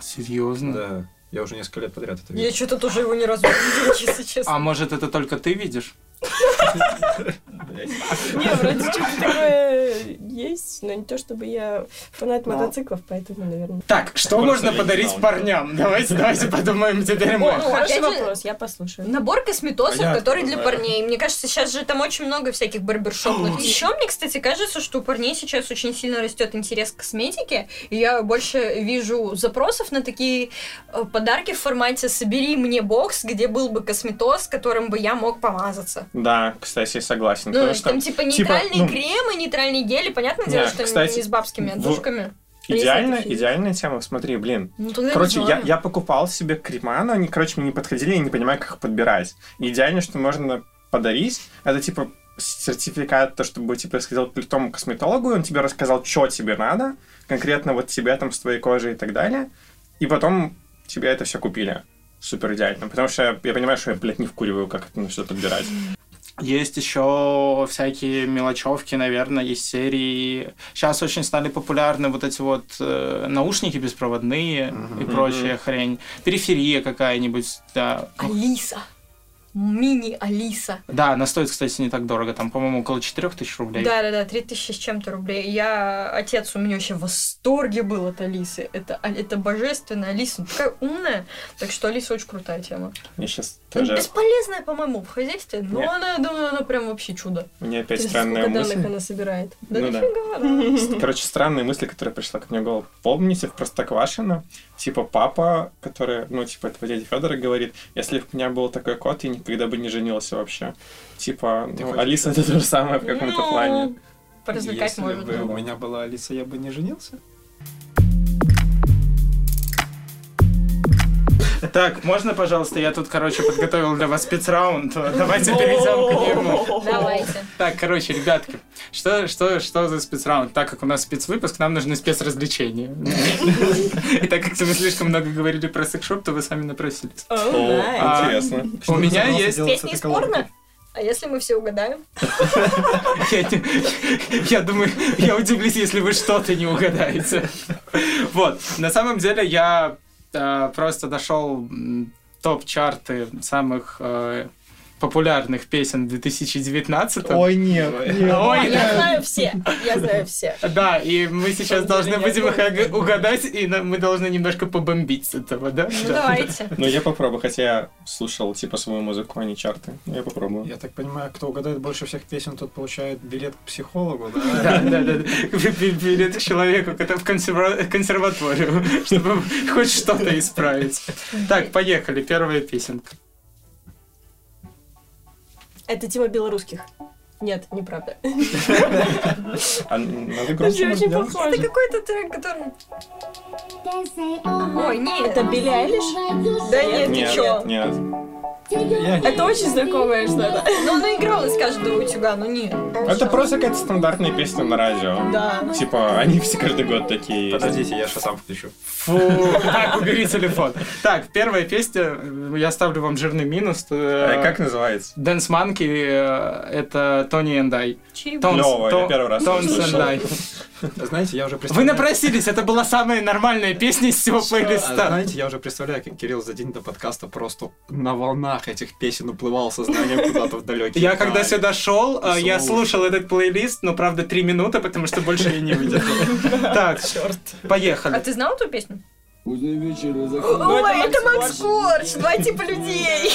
[SPEAKER 2] Серьезно?
[SPEAKER 5] Да. Я уже несколько лет подряд это
[SPEAKER 1] Я
[SPEAKER 5] вижу.
[SPEAKER 1] что-то тоже его ни разу не видела, если честно.
[SPEAKER 2] А может, это только ты видишь?
[SPEAKER 6] Не, вроде что-то такое есть, но не то чтобы я фанат
[SPEAKER 3] Но.
[SPEAKER 6] мотоциклов, поэтому, наверное.
[SPEAKER 2] Так, что
[SPEAKER 3] Просто
[SPEAKER 2] можно
[SPEAKER 3] я не
[SPEAKER 2] подарить
[SPEAKER 3] знал.
[SPEAKER 2] парням? Давайте, давайте подумаем теперь мы.
[SPEAKER 1] Ну, опять
[SPEAKER 6] Хороший
[SPEAKER 1] же-
[SPEAKER 6] вопрос, я послушаю.
[SPEAKER 1] Набор косметосов,
[SPEAKER 3] Понятно,
[SPEAKER 1] который для
[SPEAKER 3] да.
[SPEAKER 1] парней. Мне кажется, сейчас же там очень много всяких барбершопных. Еще мне, кстати, кажется, что у парней сейчас очень сильно растет интерес к косметике. И я больше вижу запросов на такие э, подарки в формате «собери мне бокс», где был бы косметос, которым бы я мог помазаться.
[SPEAKER 3] Да, кстати, я согласен.
[SPEAKER 1] Ну,
[SPEAKER 3] потому что
[SPEAKER 1] там типа
[SPEAKER 3] типа,
[SPEAKER 1] нейтральные
[SPEAKER 3] ну,
[SPEAKER 1] кремы, нейтральные гели. Понятное дело,
[SPEAKER 3] не,
[SPEAKER 1] что
[SPEAKER 3] кстати,
[SPEAKER 1] не с бабскими
[SPEAKER 3] в-
[SPEAKER 1] отдушками.
[SPEAKER 3] идеально,
[SPEAKER 6] Если это
[SPEAKER 3] идеальная тема, смотри, блин.
[SPEAKER 1] Ну, тогда не
[SPEAKER 3] Короче, я,
[SPEAKER 1] знаю.
[SPEAKER 3] я покупал себе крема, но они, короче, мне не подходили, я не понимаю, как их подбирать. И идеально, что можно подарить, это типа сертификат, то, чтобы типа сходил к крутому косметологу, и он тебе рассказал, что тебе надо, конкретно вот тебе там с твоей кожей и так далее. И потом тебе это все купили. Супер идеально. Потому что я, я понимаю, что я, блядь, не вкуриваю, как это все подбирать.
[SPEAKER 2] Есть еще всякие мелочевки, наверное, из серии. Сейчас очень стали популярны вот эти вот э, наушники беспроводные и прочая хрень. Периферия какая-нибудь, да.
[SPEAKER 1] Алиса. Мини-Алиса.
[SPEAKER 2] Да, она стоит, кстати, не так дорого. Там, по-моему, около 4000 рублей.
[SPEAKER 1] Да, да, да, 3000 с чем-то рублей. Я, отец у меня вообще в восторге был от Алисы. Это, а- это божественно. Алиса ну, такая умная. Так что Алиса очень крутая тема.
[SPEAKER 3] Я сейчас
[SPEAKER 1] Ну,
[SPEAKER 3] тоже...
[SPEAKER 1] Бесполезная, по-моему, в хозяйстве, но
[SPEAKER 3] Не.
[SPEAKER 1] она, я думаю, она прям вообще чудо.
[SPEAKER 3] Мне опять
[SPEAKER 6] Интересно,
[SPEAKER 3] странная
[SPEAKER 6] сколько
[SPEAKER 3] мысль.
[SPEAKER 6] данных она собирает? Да
[SPEAKER 3] Ну да.
[SPEAKER 6] дофига, да.
[SPEAKER 3] Короче, странная мысль, которая пришла ко мне в голову. Помните в Простоквашино, типа папа, который, ну, типа этого дяди Федора говорит, если бы у меня был такой кот, я никогда бы не женился вообще. Типа,
[SPEAKER 5] Ты
[SPEAKER 3] ну,
[SPEAKER 5] хочешь
[SPEAKER 3] Алиса это то же самое в каком-то
[SPEAKER 1] Ну,
[SPEAKER 3] плане.
[SPEAKER 1] Поразвлекать
[SPEAKER 5] Если
[SPEAKER 1] может.
[SPEAKER 5] бы
[SPEAKER 1] да.
[SPEAKER 5] у меня была Алиса, я бы не женился.
[SPEAKER 2] Так, можно, пожалуйста, я тут, короче, подготовил для вас спецраунд. Давайте перейдем к нему.
[SPEAKER 1] Давайте.
[SPEAKER 2] Так, короче, ребятки, что, что, что за спецраунд? Так как у нас спецвыпуск, нам нужны спецразвлечения. И так как мы слишком много говорили про секшоп, то вы сами напросились.
[SPEAKER 6] О,
[SPEAKER 3] О,
[SPEAKER 6] найс.
[SPEAKER 2] А,
[SPEAKER 3] интересно.
[SPEAKER 2] У меня
[SPEAKER 5] Что ты
[SPEAKER 1] Песни
[SPEAKER 2] есть...
[SPEAKER 5] собрался делать
[SPEAKER 1] из
[SPEAKER 5] с этой колонкой?
[SPEAKER 1] порно? А если мы все угадаем?
[SPEAKER 2] Я, я думаю, я удивлюсь, если вы что-то не угадаете. Вот. На самом деле я э, просто дошел м, топ-чарты самых э, популярных песен 2019
[SPEAKER 5] Ой, нет. нет.
[SPEAKER 2] Ой,
[SPEAKER 6] Я знаю все, я знаю все.
[SPEAKER 2] Да, и мы сейчас
[SPEAKER 6] Чтобы
[SPEAKER 2] должны
[SPEAKER 6] меня
[SPEAKER 2] будем их
[SPEAKER 6] помнили.
[SPEAKER 2] ог- угадать, и нам- мы должны немножко побомбить с этого, да?
[SPEAKER 1] Ну,
[SPEAKER 2] Да.
[SPEAKER 1] давайте.
[SPEAKER 3] Ну, я попробую, хотя я слушал, типа, свою музыку, а не чарты. Ну, я попробую.
[SPEAKER 5] Я так понимаю, кто угадает больше всех песен, тот получает билет к психологу,
[SPEAKER 2] Да,
[SPEAKER 5] да?
[SPEAKER 2] да, да. да. Билет к человеку, который в консерва- консерваторию, чтобы хоть что-то исправить. Так, поехали. Первая песенка.
[SPEAKER 6] Это тема белорусских. Нет, неправда.
[SPEAKER 3] А надо громче
[SPEAKER 6] Даже
[SPEAKER 3] может,
[SPEAKER 6] очень
[SPEAKER 3] делать?
[SPEAKER 1] Это
[SPEAKER 6] похоже.
[SPEAKER 1] какой-то трек, который...
[SPEAKER 4] Ой,
[SPEAKER 1] Ой, не,
[SPEAKER 6] Это
[SPEAKER 1] это...
[SPEAKER 6] Билли Айлиш? Да нет,
[SPEAKER 3] Нет,
[SPEAKER 6] ничего.
[SPEAKER 3] нет.
[SPEAKER 6] Это очень знакомое что-то.
[SPEAKER 1] Ну, она игралась каждого утюга, ну не.
[SPEAKER 3] Это просто какая-то стандартная песня на радио.
[SPEAKER 6] Да.
[SPEAKER 3] Типа, они все каждый год такие есть.
[SPEAKER 5] Подождите, я сейчас сам включу.
[SPEAKER 2] Фу, так, убери телефон. Так, первая песня, э, я ставлю вам жирный минус.
[SPEAKER 3] Э, Как
[SPEAKER 2] Как
[SPEAKER 3] называется?
[SPEAKER 2] Dance Monkey э, это Тони Эндай.
[SPEAKER 3] Клёво, я первый раз
[SPEAKER 2] Тонс
[SPEAKER 3] слышу.
[SPEAKER 2] Эндай.
[SPEAKER 5] Знаете, я уже
[SPEAKER 2] Вы
[SPEAKER 5] представляю...
[SPEAKER 2] напросились, это была самая нормальная песня из всего
[SPEAKER 5] А,
[SPEAKER 2] плейлиста.
[SPEAKER 5] Знаете, я уже представляю, как Кирилл за день до подкаста просто на волнах этих песен уплывал сознанием куда-то в далекие.
[SPEAKER 2] Я когда
[SPEAKER 5] дали.
[SPEAKER 2] сюда шел, э, я
[SPEAKER 5] Слушай.
[SPEAKER 2] слушал этот плейлист, но правда три минуты, потому что больше я не выдержал. Так,
[SPEAKER 1] А
[SPEAKER 2] поехали.
[SPEAKER 1] ты знал эту песню?
[SPEAKER 6] Ну, это
[SPEAKER 1] Ой, это Макс
[SPEAKER 6] Макс
[SPEAKER 1] Корж, два типа людей.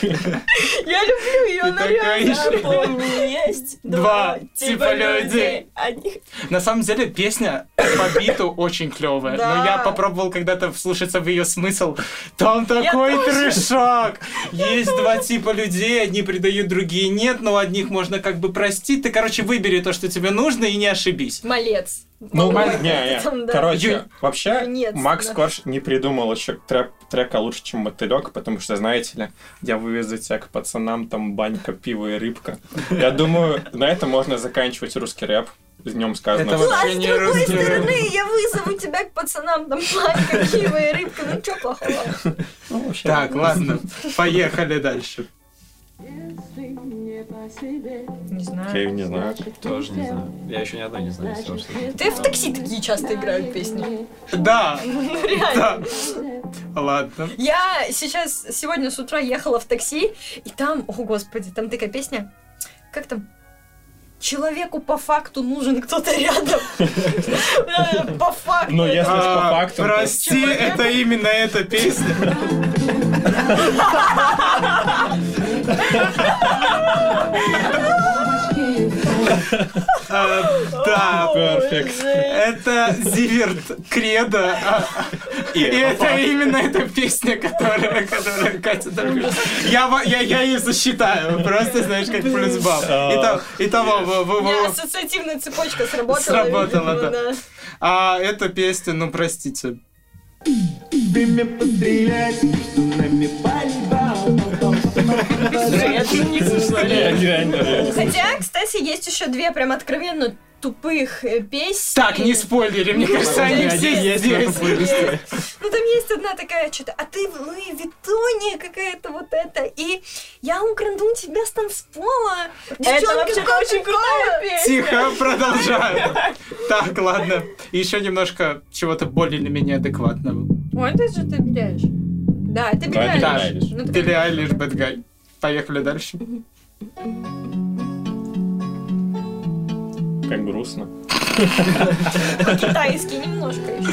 [SPEAKER 1] Я люблю ее,
[SPEAKER 2] Ты
[SPEAKER 1] она
[SPEAKER 2] такая
[SPEAKER 1] реально.
[SPEAKER 2] еще.
[SPEAKER 6] Запомни, есть
[SPEAKER 2] Два
[SPEAKER 6] два
[SPEAKER 2] типа
[SPEAKER 6] типа людей.
[SPEAKER 2] людей.
[SPEAKER 6] Одних
[SPEAKER 2] На самом деле песня по биту очень клевая, но
[SPEAKER 1] Да.
[SPEAKER 2] я попробовал когда-то вслушаться в ее смысл. Там такой
[SPEAKER 6] тоже.
[SPEAKER 2] трешак. Есть два типа людей, одни предают, другие нет, но одних можно как бы простить. Ты, короче, выбери то, что тебе нужно, и не ошибись.
[SPEAKER 1] Малец.
[SPEAKER 3] Ну,
[SPEAKER 1] Ой,
[SPEAKER 3] не, не.
[SPEAKER 1] там, да.
[SPEAKER 3] короче,
[SPEAKER 2] Ю-
[SPEAKER 3] вообще,
[SPEAKER 1] Нет,
[SPEAKER 3] Макс
[SPEAKER 1] да.
[SPEAKER 3] Корж не придумал еще трэп, трека лучше, чем мотылек, потому что, знаете ли, я вывезу тебя к пацанам, там банька, пиво и рыбка. Я думаю, на этом можно заканчивать русский рэп. В нем сказано.
[SPEAKER 2] Это
[SPEAKER 3] всё.
[SPEAKER 1] А
[SPEAKER 2] вообще
[SPEAKER 1] с
[SPEAKER 2] не
[SPEAKER 1] другой
[SPEAKER 2] русский рэп.
[SPEAKER 1] стороны, я вызову тебя к пацанам, там планка, кива и рыбка, ну чё плохого?
[SPEAKER 3] Ну, вообще,
[SPEAKER 2] Так, ладно, поехали дальше.
[SPEAKER 1] Не
[SPEAKER 3] Я
[SPEAKER 1] знаю.
[SPEAKER 3] её не знаю.
[SPEAKER 5] Тоже не знаю. Я еще ни одной не знаю. если честно.
[SPEAKER 1] Ты в такси такие часто играют песни.
[SPEAKER 2] Да,
[SPEAKER 1] Ну реально.
[SPEAKER 2] да. Ладно.
[SPEAKER 1] Я сейчас, сегодня с утра ехала в такси, и там, о господи, там такая песня. Как там? человеку по факту нужен кто-то рядом. Э, По факту.
[SPEAKER 3] Ну, если уж по
[SPEAKER 2] А,
[SPEAKER 3] факту... то-
[SPEAKER 2] Прости,
[SPEAKER 1] Человек-
[SPEAKER 2] это именно эта песня. А, Да,
[SPEAKER 3] Перфект.
[SPEAKER 2] это Зиверт Кредо. а, И это именно эта песня, которая, которая Катя Дорогуша. Я, ва- я, я ее засчитаю, просто, знаешь, как плюс баб. И того, вы- вы-
[SPEAKER 1] У меня
[SPEAKER 2] вы-
[SPEAKER 1] ассоциативная цепочка сработала.
[SPEAKER 2] Сработала,
[SPEAKER 1] видимо,
[SPEAKER 2] да. А эта песня, ну простите,
[SPEAKER 1] Слушай, я даже не слышала.
[SPEAKER 3] Реально, реально.
[SPEAKER 1] Хотя, кстати, есть еще две прям откровенно тупых э, песни.
[SPEAKER 2] Так, не спойлери, мне кажется, они
[SPEAKER 1] подожди,
[SPEAKER 2] все
[SPEAKER 1] есть
[SPEAKER 2] здесь.
[SPEAKER 1] Ну, там есть одна такая что-то, а ты, Луи Витония какая-то вот эта, и я украду тебя с танцпола.
[SPEAKER 6] Это
[SPEAKER 1] Девчонка,
[SPEAKER 6] вообще
[SPEAKER 1] как
[SPEAKER 6] очень крутая песня.
[SPEAKER 2] Тихо, продолжаем. Так, ладно. Еще немножко чего-то более или менее адекватного.
[SPEAKER 1] Ой, это же ты Беляешь. Да, это
[SPEAKER 3] Да, Билли
[SPEAKER 1] Беляешь.
[SPEAKER 3] Айлиш.
[SPEAKER 1] Ну,
[SPEAKER 2] Билли Айлиш, Bad Guy. Поехали дальше.
[SPEAKER 3] Как грустно.
[SPEAKER 1] китайский немножко еще.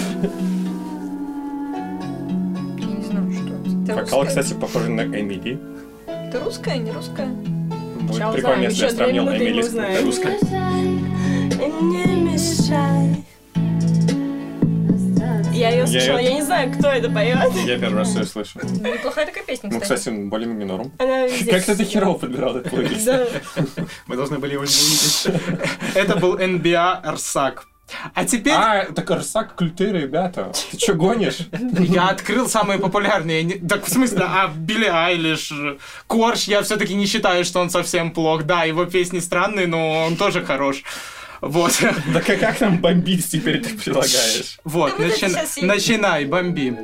[SPEAKER 1] Я не знаю, что это. Ты
[SPEAKER 3] Вокал,
[SPEAKER 1] русская?
[SPEAKER 3] кстати, похож на Эмили.
[SPEAKER 1] Ты русская, не русская?
[SPEAKER 3] Будет
[SPEAKER 6] Сейчас
[SPEAKER 3] прикольно, если я
[SPEAKER 6] узнаем. Еще две
[SPEAKER 3] сравнил
[SPEAKER 6] минуты, и мы
[SPEAKER 3] Эмили с
[SPEAKER 6] узнаем.
[SPEAKER 3] русской.
[SPEAKER 6] Не мешай. Я ее слышала,
[SPEAKER 3] её-
[SPEAKER 6] я не знаю, кто это поет.
[SPEAKER 3] Я первый раз ее слышу.
[SPEAKER 1] Неплохая такая песня,
[SPEAKER 3] Ну,
[SPEAKER 1] кстати.
[SPEAKER 3] кстати, более минором.
[SPEAKER 6] Она везде.
[SPEAKER 3] Как ты за херово подбирал этот плейлист?
[SPEAKER 6] Да.
[SPEAKER 5] Мы должны были его не увидеть.
[SPEAKER 2] Это был NBA Арсак. А теперь
[SPEAKER 3] А, так Арсак, Клюты, ребята. Ты что гонишь?
[SPEAKER 2] я открыл самые популярные. Я не- Так, в смысле, а Билли Айлиш, Корж, я все-таки не считаю, что он совсем плох. Да, его песни странные, но он тоже хорош. Вот.
[SPEAKER 3] Да как, как нам бомбить теперь ты предлагаешь?
[SPEAKER 2] Вот,
[SPEAKER 1] Да вот это
[SPEAKER 2] начи-
[SPEAKER 1] щас я-
[SPEAKER 2] начинай, бомби.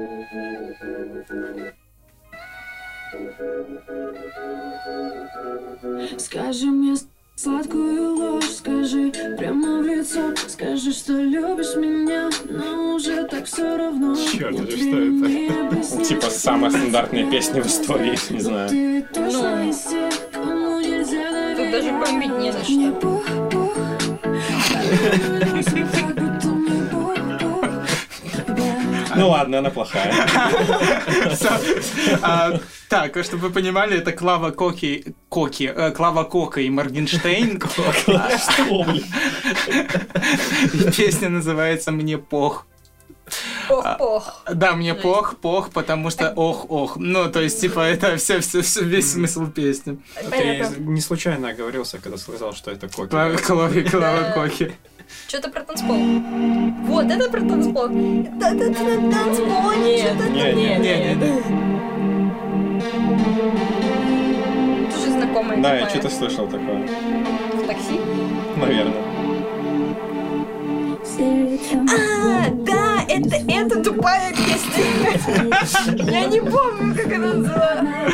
[SPEAKER 4] Скажи мне сладкую ложь, скажи прямо в лицо, скажи, что любишь меня, но уже так все равно.
[SPEAKER 5] Чёрт,
[SPEAKER 4] Нет
[SPEAKER 5] это что это?
[SPEAKER 4] времени объяснять.
[SPEAKER 3] Типа самая стандартная песня в истории, не
[SPEAKER 4] Но
[SPEAKER 3] знаю.
[SPEAKER 4] ты ведь точно из тех, кому нельзя
[SPEAKER 1] Ну. Тут даже
[SPEAKER 4] доверять.
[SPEAKER 1] бомбить не за
[SPEAKER 4] Мне
[SPEAKER 1] что.
[SPEAKER 4] пух-пух, как будто мне пух-пух. Да.
[SPEAKER 3] Ну ладно, она плохая.
[SPEAKER 2] Всё. А, Так, чтобы вы понимали, это Клава Коки, Коки, э, Клава Кока и Моргенштейн.
[SPEAKER 3] Что, блин?
[SPEAKER 2] И Песня называется «Мне пох».
[SPEAKER 3] а,
[SPEAKER 1] Пох-пох.
[SPEAKER 2] Да, мне пох, пох, потому что ох, ох. Ну, то есть, типа, это все, все, весь смысл песни.
[SPEAKER 3] а
[SPEAKER 5] Ты не случайно оговорился, когда сказал, что это коки.
[SPEAKER 2] Клава Коки, Клава Коки.
[SPEAKER 1] Что-то про танцпол. Вот, это про танцпол. Да-да-да, танцпол,
[SPEAKER 6] Нет,
[SPEAKER 1] что-то
[SPEAKER 3] Не, не,
[SPEAKER 6] нет,
[SPEAKER 2] Не, не,
[SPEAKER 6] нет.
[SPEAKER 2] не.
[SPEAKER 1] тоже знакомое.
[SPEAKER 3] Да, я
[SPEAKER 1] такое.
[SPEAKER 3] что-то слышал такое.
[SPEAKER 1] В такси.
[SPEAKER 3] Наверное.
[SPEAKER 1] А, да, это, это тупая песня. Я не помню, как она называлась.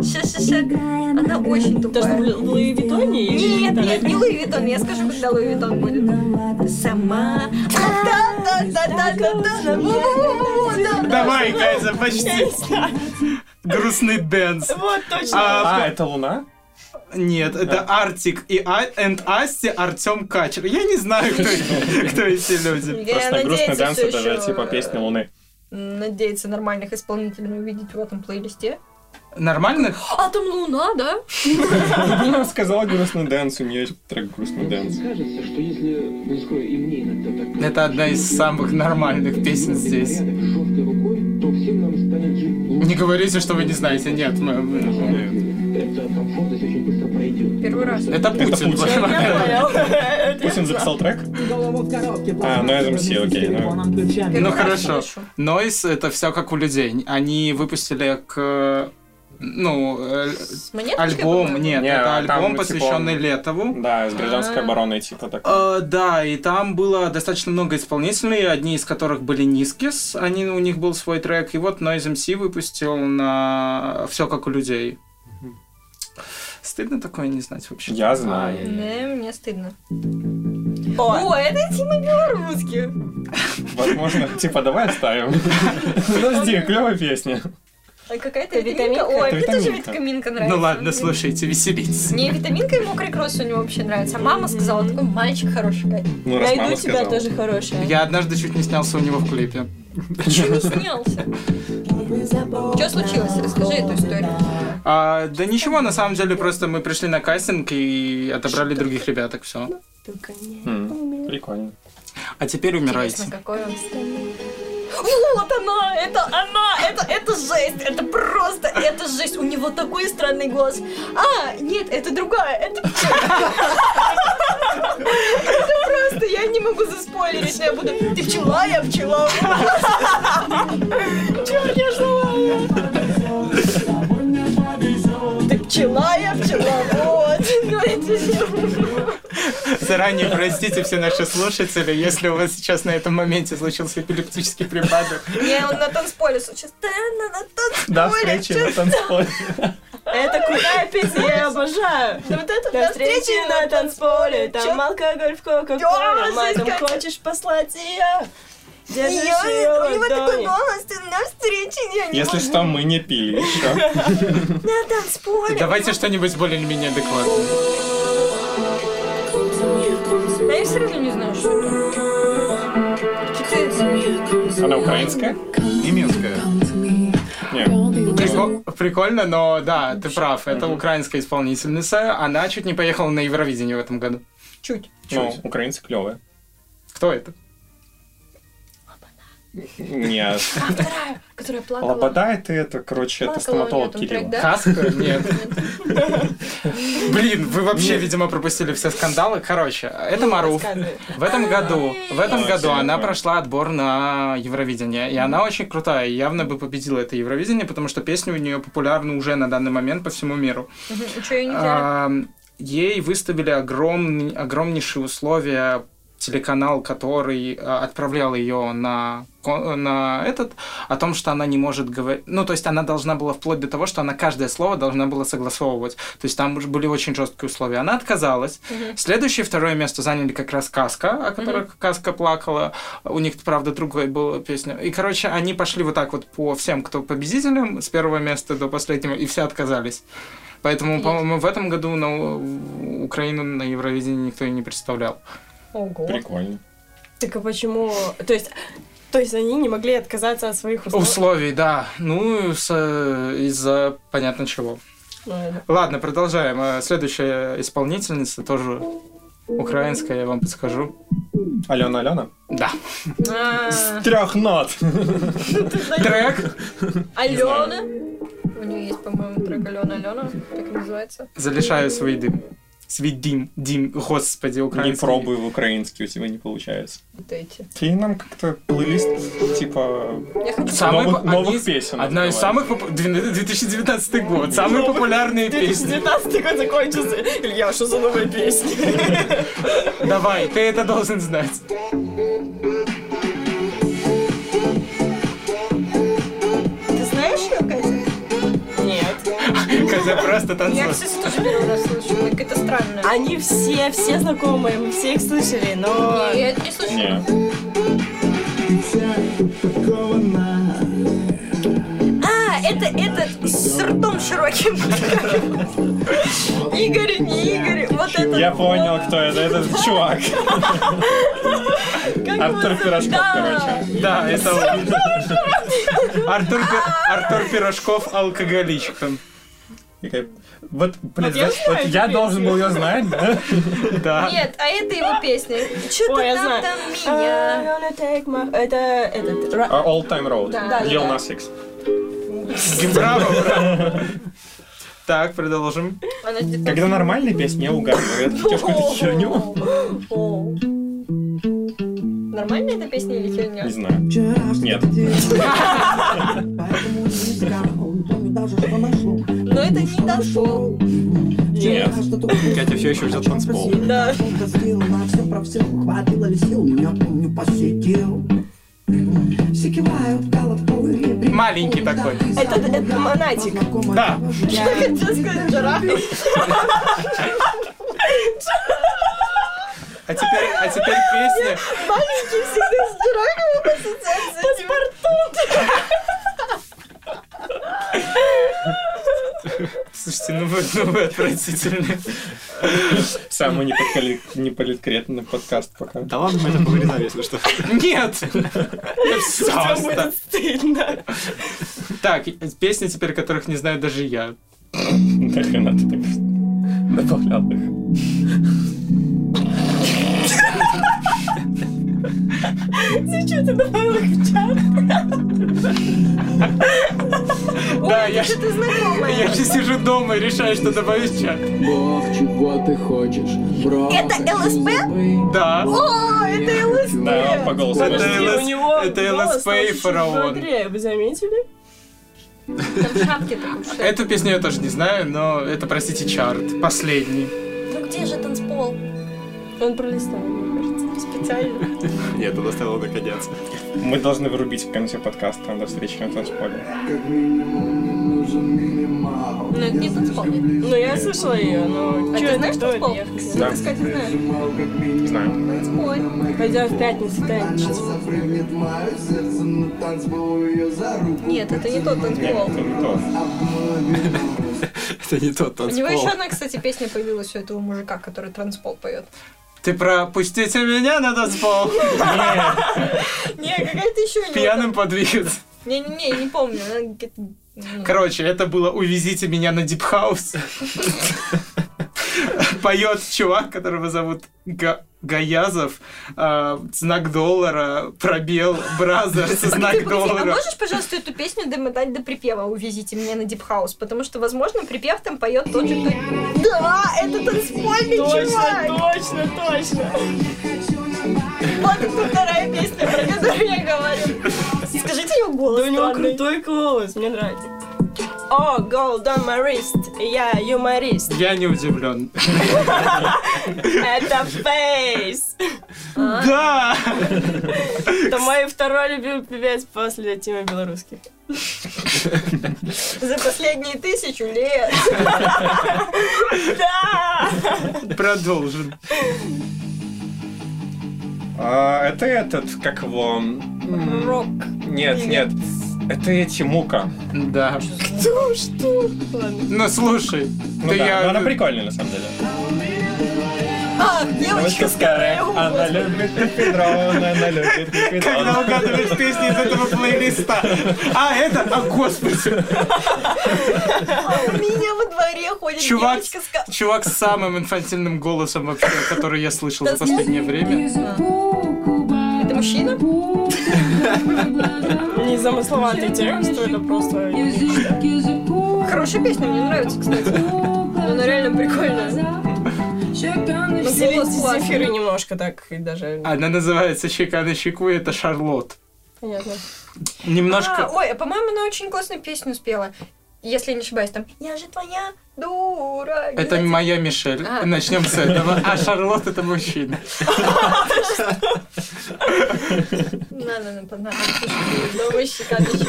[SPEAKER 1] Сейчас, сейчас, Она очень
[SPEAKER 6] То, что в
[SPEAKER 1] тупая.
[SPEAKER 6] Лу- в Луи Витоне есть?
[SPEAKER 1] Нет, нет, не Луи Витон. Я скажу, когда Луи Витон будет. Сама. А, да, да, да, да, да, да, да. Во-во-во-во-во, да, да.
[SPEAKER 2] Давай, Кайза, почти. Грустный дэнс.
[SPEAKER 6] Вот точно.
[SPEAKER 2] А,
[SPEAKER 3] А, это Луна?
[SPEAKER 2] Нет, это Артик и А- and Асти Артем Качер. Я не знаю, кто, эти- кто эти люди.
[SPEAKER 1] Я
[SPEAKER 3] Просто грустный
[SPEAKER 1] надеюсь,
[SPEAKER 3] данс
[SPEAKER 1] всё
[SPEAKER 3] это же
[SPEAKER 1] ещё, э,
[SPEAKER 3] типа песня Луны.
[SPEAKER 1] Надеяться нормальных исполнителей увидеть в этом плейлисте.
[SPEAKER 2] Нормальных?
[SPEAKER 1] А там луна, да?
[SPEAKER 3] Она сказала грустный дэнс, у нее есть трек грустный дэнс.
[SPEAKER 7] Кажется, что если, не скрою, и мне иногда так
[SPEAKER 2] Это одна из самых нормальных песен здесь.
[SPEAKER 7] порядок жесткой рукой, то всем нам станет жить лучше.
[SPEAKER 2] Не говорите, что вы не знаете. Нет, мы- мы-
[SPEAKER 7] Это комфорт здесь очень быстро пройдет.
[SPEAKER 1] Первый раз.
[SPEAKER 2] это Путин.
[SPEAKER 3] Путин.
[SPEAKER 6] Я понял.
[SPEAKER 3] Путин записал трек?
[SPEAKER 7] Голова в коробке.
[SPEAKER 3] А, ну RMC, окей. ну.
[SPEAKER 7] ключами.
[SPEAKER 1] Первый
[SPEAKER 2] Ну
[SPEAKER 1] раз
[SPEAKER 2] хорошо.
[SPEAKER 1] слышу.
[SPEAKER 2] Нойс это все как у людей. Они выпустили к ну э,
[SPEAKER 1] С монеточкой,
[SPEAKER 2] альбом,
[SPEAKER 1] по-моему?
[SPEAKER 2] нет,
[SPEAKER 3] Не,
[SPEAKER 2] это
[SPEAKER 3] там,
[SPEAKER 2] альбом
[SPEAKER 3] типа,
[SPEAKER 2] посвященный
[SPEAKER 3] он-
[SPEAKER 2] Летову.
[SPEAKER 3] ну. Да, с гражданской
[SPEAKER 1] А.
[SPEAKER 3] обороны, типа так.
[SPEAKER 2] Э, да, и там было достаточно много исполнителей, одни из которых были Нискис, они, у них был свой трек, и вот Noise MC выпустил на все как у людей. Стыдно такое не знать вообще.
[SPEAKER 3] Я знаю.
[SPEAKER 1] А, Не, мне стыдно.
[SPEAKER 6] О,
[SPEAKER 1] О, это Тима Белорусских.
[SPEAKER 3] Возможно, типа, давай оставим. Подожди, клевая песня.
[SPEAKER 1] Ой, Какая-то
[SPEAKER 6] Это
[SPEAKER 1] витаминка.
[SPEAKER 6] витаминка.
[SPEAKER 1] Ой,
[SPEAKER 3] Это
[SPEAKER 1] мне тоже
[SPEAKER 3] витаминка.
[SPEAKER 1] витаминка нравится.
[SPEAKER 2] Ну ладно, слушайте, веселитесь.
[SPEAKER 1] Мне витаминка и мокрый кросс у него вообще нравится. А мама сказала, такой мальчик хороший, Кать.
[SPEAKER 3] Ну, раз
[SPEAKER 6] Найду
[SPEAKER 3] мама
[SPEAKER 6] тебя
[SPEAKER 3] сказала.
[SPEAKER 6] тоже хорошая.
[SPEAKER 2] Я однажды чуть не снялся у него в клипе.
[SPEAKER 1] Чего не снялся? Что случилось? Расскажи эту историю.
[SPEAKER 2] А, да ничего, на самом деле, просто мы пришли на кастинг и отобрали других ребяток, все.
[SPEAKER 3] М, Хм, Прикольно.
[SPEAKER 2] А теперь умирайте.
[SPEAKER 1] Интересно, какой он. Вот она! Это она! Это, это жесть! Это просто, это жесть! У него такой странный голос. А, нет, это другая, это... Это просто, я не могу заспойлерить, но я буду... Ты пчела, я пчела. Черт, я желаю. Ты пчела, я пчела. Вот. Ну, это же-
[SPEAKER 2] Заранее простите все наши слушатели, если у вас сейчас на этом моменте случился эпилептический припадок.
[SPEAKER 1] Не, он на танцполе случился. Да, на- на танцполе.
[SPEAKER 3] Да, встречи на танцполе.
[SPEAKER 6] Это куда опять? Я обожаю.
[SPEAKER 1] Да вот это
[SPEAKER 6] До встречи на танцполе, там алкоголь в
[SPEAKER 1] Ёжись,
[SPEAKER 6] кока-коле, матом
[SPEAKER 1] как-
[SPEAKER 6] хочешь послать ее?
[SPEAKER 1] Я,
[SPEAKER 6] Держишь ее
[SPEAKER 1] у него такой
[SPEAKER 6] ладони.
[SPEAKER 1] голос, ты на встрече, я не
[SPEAKER 3] Если
[SPEAKER 1] могу.
[SPEAKER 3] что, мы не пили еще.
[SPEAKER 1] На танцполе.
[SPEAKER 2] Давайте что-нибудь более-менее адекватное.
[SPEAKER 1] Да я все равно не знаю, что это.
[SPEAKER 3] Она украинская?
[SPEAKER 5] И Минская.
[SPEAKER 3] Нет.
[SPEAKER 2] Прико- Прикольно, но да, ты прав. Это украинская исполнительница. Она чуть не поехала на Евровидение в этом году.
[SPEAKER 1] Чуть.
[SPEAKER 3] Ну, украинцы клевые.
[SPEAKER 2] Кто это?
[SPEAKER 3] Нет.
[SPEAKER 1] А вторая, которая плакала.
[SPEAKER 3] Лобода это, это, короче,
[SPEAKER 1] Плакала у неё
[SPEAKER 3] это стоматолог
[SPEAKER 1] там
[SPEAKER 3] Кирилл.
[SPEAKER 1] трек, да?
[SPEAKER 2] Хаска? Нет. Блин, вы вообще, видимо, пропустили все скандалы. Короче, это Маруф.
[SPEAKER 6] Рассказывай.
[SPEAKER 2] В этом году, в этом
[SPEAKER 3] А,
[SPEAKER 2] году
[SPEAKER 3] всё
[SPEAKER 2] она
[SPEAKER 3] нормально.
[SPEAKER 2] прошла отбор на Евровидение, и она очень крутая, и явно бы победила это Евровидение, потому что песни у нее популярны уже на данный момент по всему миру.
[SPEAKER 1] Что я не знаю.
[SPEAKER 2] А, Ей выставили огромный, огромнейшие условия телеканал, который а, отправлял ее на, кон- на этот, о том, что она не может говорить... Ну, то есть она должна была вплоть до того, что она каждое слово должна была согласовывать. То есть там уже были очень жесткие условия. Она отказалась. Следующее, второе место заняли как раз Каска, о которой Каска плакала. У них, правда, другая была песня. И, короче, они пошли вот так вот по всем, кто победителям, с первого места до последнего, и все отказались. Поэтому, по-моему, в этом году на Украину на Евровидении никто и не представлял.
[SPEAKER 6] Ого.
[SPEAKER 3] Прикольно.
[SPEAKER 6] Так а почему? То есть, то есть они не могли отказаться от своих условий?
[SPEAKER 2] Условий, да. Ну, с, э, из-за понятно чего.
[SPEAKER 6] Ну, Ладно.
[SPEAKER 2] Ладно, продолжаем. Э, Следующая исполнительница тоже украинская, я вам подскажу.
[SPEAKER 3] Алена, Алена.
[SPEAKER 2] Да.
[SPEAKER 1] А,
[SPEAKER 3] С трех нот.
[SPEAKER 2] Трек
[SPEAKER 1] Алена. У нее есть, по-моему, трек Алена Алена, так и называется.
[SPEAKER 2] «Залишаю свой дым». Свой дим, дим, господи,
[SPEAKER 3] Не
[SPEAKER 2] украинский.
[SPEAKER 3] пробуй в украинский, у тебя не получается.
[SPEAKER 1] Вот эти.
[SPEAKER 3] Ты нам как-то плейлист, типа,
[SPEAKER 1] Я хочу
[SPEAKER 2] Самые
[SPEAKER 3] Новых-
[SPEAKER 2] по-
[SPEAKER 3] новых
[SPEAKER 2] одни из-
[SPEAKER 3] песен
[SPEAKER 2] Одна из самых... поп- две- 2019 год. Самые популярные песни.
[SPEAKER 6] 2019 год закончился. Илья, что за новая песня?
[SPEAKER 2] Давай, ты это должен знать.
[SPEAKER 6] Ты знаешь ее, Катя? Нет.
[SPEAKER 2] Катя просто
[SPEAKER 1] Я,
[SPEAKER 2] танцует.
[SPEAKER 1] кстати, тоже первый раз слышу, какая-то странная.
[SPEAKER 6] Они все, все знакомые, мы все их слышали, но...
[SPEAKER 1] Я это не слышу.
[SPEAKER 3] не.
[SPEAKER 1] А, это, это с ртом широким. Игорь, не Игорь, вот это.
[SPEAKER 3] Я понял, кто это. Это чувак. Артур Пирожков, короче.
[SPEAKER 2] Да, это он. Артур, Пи- Артур Пирожков алкоголичка.
[SPEAKER 3] И как- Вот, блин,
[SPEAKER 6] Вот я
[SPEAKER 3] знаешь, вот
[SPEAKER 6] знаю
[SPEAKER 3] я
[SPEAKER 6] эту
[SPEAKER 3] должен был ее знать, да?
[SPEAKER 2] Да.
[SPEAKER 1] Нет, а это его песня. Че
[SPEAKER 6] Ой,
[SPEAKER 1] ты
[SPEAKER 6] я
[SPEAKER 1] там
[SPEAKER 6] знаю.
[SPEAKER 1] там
[SPEAKER 6] I
[SPEAKER 1] меня?
[SPEAKER 6] wanna take my- Это этот... Ра-
[SPEAKER 3] А, All Time Road.
[SPEAKER 6] да,
[SPEAKER 3] Lil
[SPEAKER 6] да.
[SPEAKER 3] Nas X.
[SPEAKER 2] Браво, браво. Так, продолжим.
[SPEAKER 1] Она где-то-
[SPEAKER 3] Когда нормальные песни, я угадываю. Я отвечаю какую-то херню.
[SPEAKER 1] О. Нормальная эта песня или херня?
[SPEAKER 3] Не знаю. Нет.
[SPEAKER 1] Но это не дошло.
[SPEAKER 3] Нет.
[SPEAKER 5] Катя все еще ждет танцпол.
[SPEAKER 6] Да.
[SPEAKER 8] На всем про всех хватило ли сил, меня помню посетил. Все кивают, колоколы ребри.
[SPEAKER 2] Маленький такой.
[SPEAKER 6] Это, это монатик.
[SPEAKER 2] Да.
[SPEAKER 6] Я хотела сказать жираф.
[SPEAKER 2] А теперь, а теперь песня.
[SPEAKER 6] Маленький всегда с жирафом ассоциации. Паспорту.
[SPEAKER 2] Здрасте, ну вы, ну вы отвратительны.
[SPEAKER 3] Самый неполиткорректный неполиткорректный подкаст пока.
[SPEAKER 5] Да ладно, мы это повырезали, если что.
[SPEAKER 2] Нет!
[SPEAKER 6] Всё
[SPEAKER 2] Пожалуйста.
[SPEAKER 6] будет стыдно.
[SPEAKER 2] Так, песни теперь, которых не знаю даже я.
[SPEAKER 3] Нахрена ты так добавлял их?
[SPEAKER 6] Зачем ты добавил их в чат?
[SPEAKER 2] Да, я,
[SPEAKER 1] Ты знакомая.
[SPEAKER 2] я же сижу дома и решаю, что добавить в чат.
[SPEAKER 7] Бог, чего ты хочешь? Бро,
[SPEAKER 1] Это
[SPEAKER 7] хочу
[SPEAKER 1] ЛСП?
[SPEAKER 7] забыть.
[SPEAKER 2] Да.
[SPEAKER 1] О, это ЛСП!
[SPEAKER 3] Да, по голосу.
[SPEAKER 2] Это
[SPEAKER 3] можно.
[SPEAKER 2] LS
[SPEAKER 6] у него
[SPEAKER 2] это
[SPEAKER 6] голос
[SPEAKER 2] LSP
[SPEAKER 6] очень
[SPEAKER 2] фараон.
[SPEAKER 6] бодрее, Вы заметили?
[SPEAKER 1] Там шапки такой, что ли?
[SPEAKER 2] Эту песню я тоже не знаю, но это, простите, чарт. Последний.
[SPEAKER 1] Ну где же танцпол?
[SPEAKER 6] Он пролистал, мне кажется, специально.
[SPEAKER 5] Нет, он оставил на конец.
[SPEAKER 3] Мы должны вырубить в конце подкаста до встречи на танцполе.
[SPEAKER 1] Ну это не танцпол. нет.
[SPEAKER 6] Ну, я слышала ее, но...
[SPEAKER 1] А
[SPEAKER 6] чё
[SPEAKER 1] ты
[SPEAKER 6] это,
[SPEAKER 1] знаешь
[SPEAKER 6] кто это?
[SPEAKER 1] танцпол?
[SPEAKER 6] Я хз.
[SPEAKER 3] Да.
[SPEAKER 1] Ну, ты, кстати, знаешь.
[SPEAKER 3] Не знаю.
[SPEAKER 1] Танцпол.
[SPEAKER 6] Пойдем в пятницу танчить.
[SPEAKER 1] Нет, это не тот
[SPEAKER 3] Нет,
[SPEAKER 1] танцпол.
[SPEAKER 3] это не то.
[SPEAKER 5] Это не тот
[SPEAKER 1] У него еще
[SPEAKER 5] танцпол.
[SPEAKER 1] одна, кстати, песня появилась у этого мужика, который транспол поет.
[SPEAKER 2] Ты про «Пустите меня на танцпол»
[SPEAKER 1] Не, какая-то еще у него
[SPEAKER 2] пьяным подвигаться.
[SPEAKER 1] там- Не-не-не, я не помню. она где-то, ну,
[SPEAKER 2] Короче, это было «Увезите меня на дипхаус». Поет чувак, которого зовут Га- Гаязов, а, знак доллара, пробел, бразерс,
[SPEAKER 1] Ты,
[SPEAKER 2] знак
[SPEAKER 1] подожди, а
[SPEAKER 2] доллара.
[SPEAKER 1] можешь, пожалуйста, эту песню домотать до припева «Увезите меня на дипхаус», потому что, возможно, припев там поет тот же, кто... Да, это танцпольный чувак!
[SPEAKER 6] точно, точно.
[SPEAKER 1] Вот это вторая песня, про которую я говорю. Скажите его голос
[SPEAKER 6] Да у него
[SPEAKER 1] странный.
[SPEAKER 6] крутой голос, мне нравится. О, gold on my wrist, я юморист.
[SPEAKER 2] Я не удивлен.
[SPEAKER 6] Это фейс.
[SPEAKER 2] Да!
[SPEAKER 6] Это мой второй любимый певец после Тима Белорусских.
[SPEAKER 1] За последние тысячу лет.
[SPEAKER 6] Да!
[SPEAKER 2] Продолжим.
[SPEAKER 3] А, это этот, как его... м,
[SPEAKER 6] Рок.
[SPEAKER 3] Нет, нет. Это эти мука.
[SPEAKER 2] Да.
[SPEAKER 6] Ну что? Ладно.
[SPEAKER 2] Ну слушай,
[SPEAKER 3] Ну
[SPEAKER 2] ты
[SPEAKER 3] да,
[SPEAKER 2] я...
[SPEAKER 3] но она прикольная на самом деле.
[SPEAKER 1] А, девочка
[SPEAKER 3] старая,
[SPEAKER 1] она
[SPEAKER 3] любит Петрон, она любит
[SPEAKER 2] Когда угадываешь песни из этого плейлиста. А, это... О, господи!
[SPEAKER 1] у меня во дворе ходит
[SPEAKER 2] Чувак,
[SPEAKER 1] девочка с... ко-
[SPEAKER 2] чувак с самым инфантильным голосом вообще, который я слышал за последнее время.
[SPEAKER 1] Это мужчина?
[SPEAKER 6] Незамысловатый текст, это просто...
[SPEAKER 1] Хорошая песня, мне нравится, кстати.
[SPEAKER 6] Она реально прикольная.
[SPEAKER 1] Ну, голос классный.
[SPEAKER 6] Зефиры немножко так и даже...
[SPEAKER 2] Она называется «Щека на щеку», и это Шарлот.
[SPEAKER 6] Понятно.
[SPEAKER 1] А,
[SPEAKER 2] Немножко...
[SPEAKER 1] ой, а, по-моему, она очень классную песню спела. Если я не ошибаюсь, там «Я же твоя дура». я
[SPEAKER 2] Это
[SPEAKER 1] тебя-»
[SPEAKER 2] моя Мишель.
[SPEAKER 1] А.
[SPEAKER 2] Начнем с этого. А Шарлот это мужчина.
[SPEAKER 1] На, на, на, на.
[SPEAKER 6] Новый щекоточек.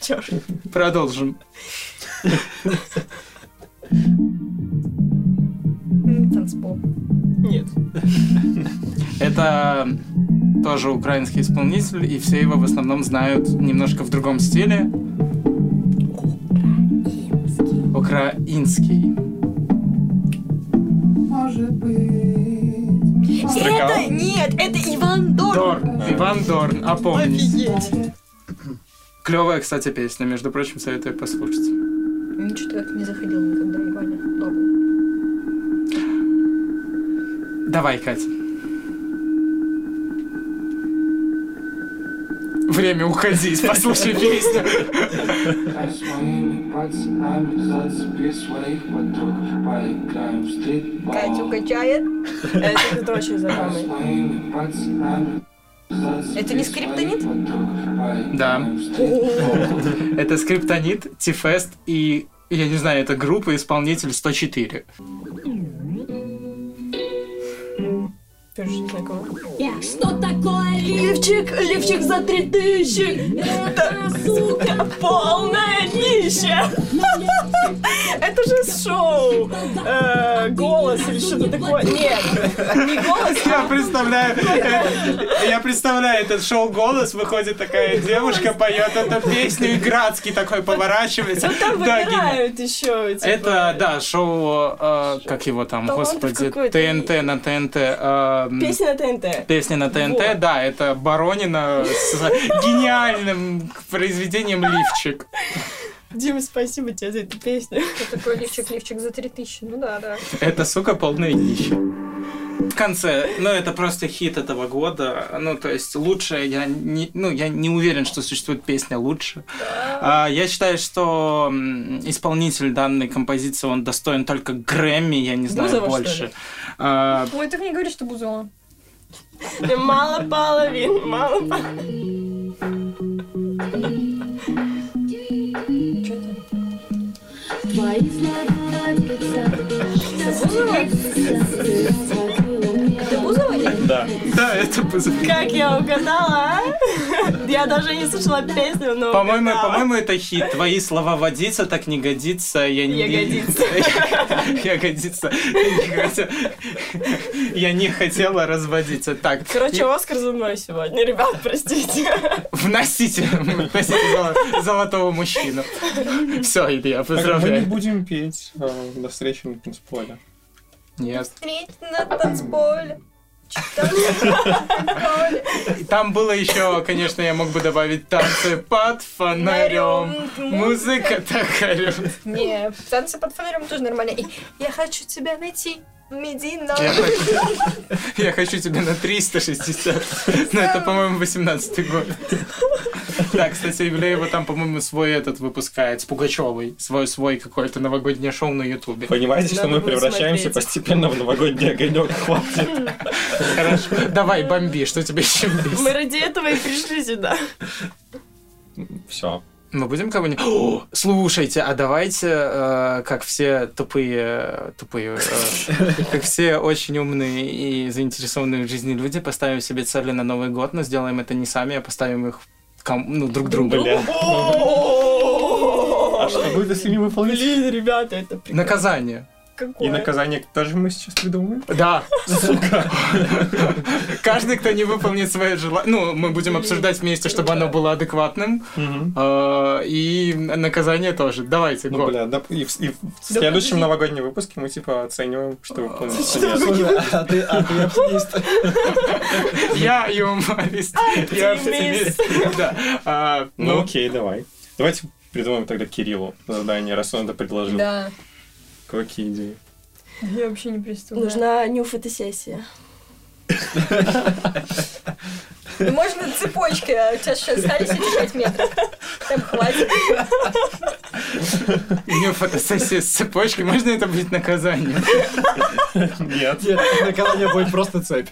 [SPEAKER 6] Чёрт.
[SPEAKER 2] Продолжим.
[SPEAKER 1] М, Танцпол.
[SPEAKER 6] Нет.
[SPEAKER 2] Это тоже украинский исполнитель, и все его в основном знают немножко в другом стиле. Украинский.
[SPEAKER 3] Стрекал?
[SPEAKER 1] Это нет, это Иван Дорн.
[SPEAKER 2] Дорн. Иван Дорн. Опомнись.
[SPEAKER 6] Офигеть.
[SPEAKER 2] Клевая, кстати, песня. Между прочим, советую послушать.
[SPEAKER 1] Ну, что-то как не заходил никогда, Иваня. Добрый.
[SPEAKER 2] Давай, Катя. Время уходить, послушай песню.
[SPEAKER 9] А с моими пацанами зацепи своих подруг Поиграем в стритбол
[SPEAKER 1] Катю качает.
[SPEAKER 6] Это это очень
[SPEAKER 9] А с
[SPEAKER 6] знакомый.
[SPEAKER 9] моими пацанами зацепи
[SPEAKER 1] Это не
[SPEAKER 9] своих
[SPEAKER 1] скриптонит?
[SPEAKER 9] подруг, поиграем
[SPEAKER 2] Да.
[SPEAKER 9] в стритбол.
[SPEAKER 2] Это скриптонит, Тифест и, я не знаю, это группа исполнитель 104.
[SPEAKER 6] Тоже знакомый.
[SPEAKER 4] Что такое
[SPEAKER 6] Левчик, левчик за три тысячи. Это, сука, полная дичь. говнище! Это же шоу! Э, Голос или что-то такое. Нет, не голос,
[SPEAKER 2] Я представляю, это- я представляю этот шоу «Голос», выходит такая девушка, поет эту песню, и Градский такой поворачивается.
[SPEAKER 6] Ну, там
[SPEAKER 2] Да, гениально.
[SPEAKER 6] выбирают еще. типа.
[SPEAKER 2] Это, да, шоу, э, как его там,
[SPEAKER 6] Талантов
[SPEAKER 2] господи,
[SPEAKER 6] какой-то.
[SPEAKER 2] ТНТ на ТНТ. э, м,
[SPEAKER 6] Песня на ТНТ.
[SPEAKER 2] Песня на ТНТ,
[SPEAKER 6] Вот.
[SPEAKER 2] да, это Боронина с гениальным произведением «Лифчик».
[SPEAKER 6] Дима, спасибо тебе за эту песню.
[SPEAKER 1] Такой лифчик, лифчик за 3000. Ну да, да.
[SPEAKER 2] Это, сука, полное днище. В конце, ну это просто хит этого года, ну то есть лучше, я не, ну я не уверен, что существует песня лучше. А, я считаю, что м, исполнитель данной композиции, он достоин только Грэмми, я не знаю
[SPEAKER 6] Бузова, что ли?
[SPEAKER 2] больше. А,
[SPEAKER 1] Ой, так не говори, что Бузова.
[SPEAKER 6] Мало половин, мало половин.
[SPEAKER 1] Ты Бузова? или-
[SPEAKER 2] да, это Бузова.
[SPEAKER 6] Как я угадала, а? Я даже не слышала песню, но
[SPEAKER 2] По-моему,
[SPEAKER 6] угадала.
[SPEAKER 2] по-моему, это хит. Твои слова водится, так не годится. Я не...
[SPEAKER 6] Ягодица.
[SPEAKER 2] Я годится. Я не хотела- Я не хотела разводиться. Так.
[SPEAKER 6] Короче, Оскар за мной сегодня, ребят, простите.
[SPEAKER 2] Вносите, вносите золо- золотого мужчину. Все, Илья,
[SPEAKER 3] Так, Мы не
[SPEAKER 2] поздравляю.
[SPEAKER 3] будем петь э, до встречи на танцполе.
[SPEAKER 2] Нет.
[SPEAKER 1] Встреть на танцполе. Читать
[SPEAKER 2] Там было еще, конечно, я мог бы добавить танцы под фонарем. Музыка такая.
[SPEAKER 1] Не, танцы под фонарем тоже нормально. И я хочу тебя найти, Медина.
[SPEAKER 2] Я хочу, я хочу тебя на 360. Но это, по-моему, 18 год. Да, кстати, Ивлеева там, по-моему, свой этот выпускает с Пугачевой. Свой, свой какое-то новогоднее шоу на Ютубе.
[SPEAKER 3] Понимаете, что
[SPEAKER 6] Надо
[SPEAKER 3] мы
[SPEAKER 6] будет
[SPEAKER 3] превращаемся
[SPEAKER 6] смотреть.
[SPEAKER 3] постепенно в новогодний огонек. Хватит.
[SPEAKER 2] Хорошо. Давай, бомби, что тебе еще
[SPEAKER 6] Мы
[SPEAKER 2] есть?
[SPEAKER 6] ради этого и пришли сюда.
[SPEAKER 3] Все.
[SPEAKER 2] Мы будем кого-нибудь... О, слушайте, а давайте, э, как все тупые... Тупые... э, как все очень умные и заинтересованные в жизни люди, поставим себе цели на Новый год, но сделаем это не сами, а поставим их ком- ну, друг другу.
[SPEAKER 3] Бля. А что будет, если не выполнили?
[SPEAKER 6] Блин, ребята, это прикольно.
[SPEAKER 2] Наказание.
[SPEAKER 3] И
[SPEAKER 6] Какое?
[SPEAKER 3] наказание тоже мы сейчас придумаем?
[SPEAKER 2] Да. Каждый, кто не выполнит свое желание... Ну, мы будем обсуждать вместе, чтобы оно было адекватным. Э, И наказание тоже. Давайте,
[SPEAKER 3] Ну,
[SPEAKER 2] го.
[SPEAKER 3] бля, да, и в, и в следующем новогоднем выпуске мы, типа, оцениваем, что Ну, выполнили.
[SPEAKER 5] Слушай, а ты, а ты оптимист.
[SPEAKER 2] Я юморист.
[SPEAKER 6] А,
[SPEAKER 2] Я оптимист. Да. А,
[SPEAKER 3] Ну,
[SPEAKER 2] Ну,
[SPEAKER 3] окей, давай. Давайте придумаем тогда Кириллу задание, раз он это предложил.
[SPEAKER 1] Да.
[SPEAKER 3] Какие идеи?
[SPEAKER 1] Я вообще не представляю.
[SPEAKER 6] Нужна ню фотосессия.
[SPEAKER 1] Ну, Можно цепочки, а у тебя сейчас остались эти 5 метров. Там хватит.
[SPEAKER 2] у нее фотосессия с цепочкой. Можно это будет наказанием?
[SPEAKER 3] Нет.
[SPEAKER 5] Нет, наказание будет просто цепь.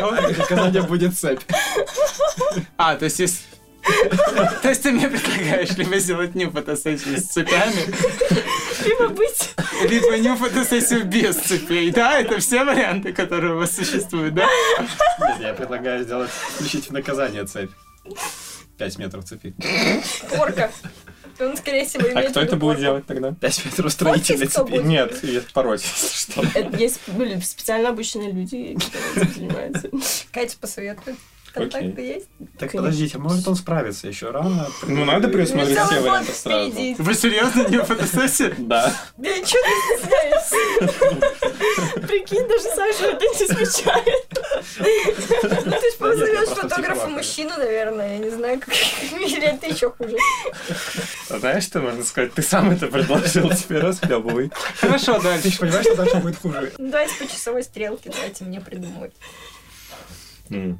[SPEAKER 5] Наказание будет цепь.
[SPEAKER 2] А, то есть есть... То есть ты мне предлагаешь либо сделать ню фотосессию с цепями,
[SPEAKER 6] Либо быть
[SPEAKER 2] либо ню фотосессию без цепей. Да, это все варианты, которые у вас существуют, да?
[SPEAKER 5] Нет, я предлагаю сделать, включить в наказание цепь. 5 метров цепи.
[SPEAKER 1] Порка. Он, скорее всего,
[SPEAKER 3] А
[SPEAKER 1] имеет
[SPEAKER 3] кто
[SPEAKER 1] в виду
[SPEAKER 3] это будет
[SPEAKER 1] порку.
[SPEAKER 3] делать тогда?
[SPEAKER 5] 5 метров
[SPEAKER 1] Офис
[SPEAKER 5] строителя
[SPEAKER 1] кто
[SPEAKER 5] цепи.
[SPEAKER 1] будет?
[SPEAKER 3] Нет, и пороть. Что?
[SPEAKER 6] Это есть были специально обученные люди, которые этим занимаются.
[SPEAKER 1] Катя посоветует. Контакты есть?
[SPEAKER 5] Так подождите, а может он справится еще рано?
[SPEAKER 3] Ну, надо предусмотреть
[SPEAKER 1] Целый
[SPEAKER 3] все
[SPEAKER 1] год
[SPEAKER 3] варианты сразу.
[SPEAKER 1] впереди.
[SPEAKER 2] Вы серьезно, ню фотосессия?
[SPEAKER 3] Да.
[SPEAKER 1] Да чё ты стесняешься?
[SPEAKER 6] Прикинь, даже Саша это не смущает.
[SPEAKER 1] Ну ты ж
[SPEAKER 5] нет, я
[SPEAKER 1] позовешь
[SPEAKER 5] просто
[SPEAKER 1] фотографа
[SPEAKER 5] психопат,
[SPEAKER 1] мужчину, наверное. Я не знаю, как... Или это еще хуже.
[SPEAKER 3] А Знаешь, что можно сказать? Ты сам это предложил, теперь расхлебывай.
[SPEAKER 2] Хорошо,
[SPEAKER 5] Ты
[SPEAKER 2] дальше.
[SPEAKER 5] же понимаешь, что дальше будет хуже.
[SPEAKER 1] Ну, Давайте по часовой стрелке, давайте мне придумывать.
[SPEAKER 3] М.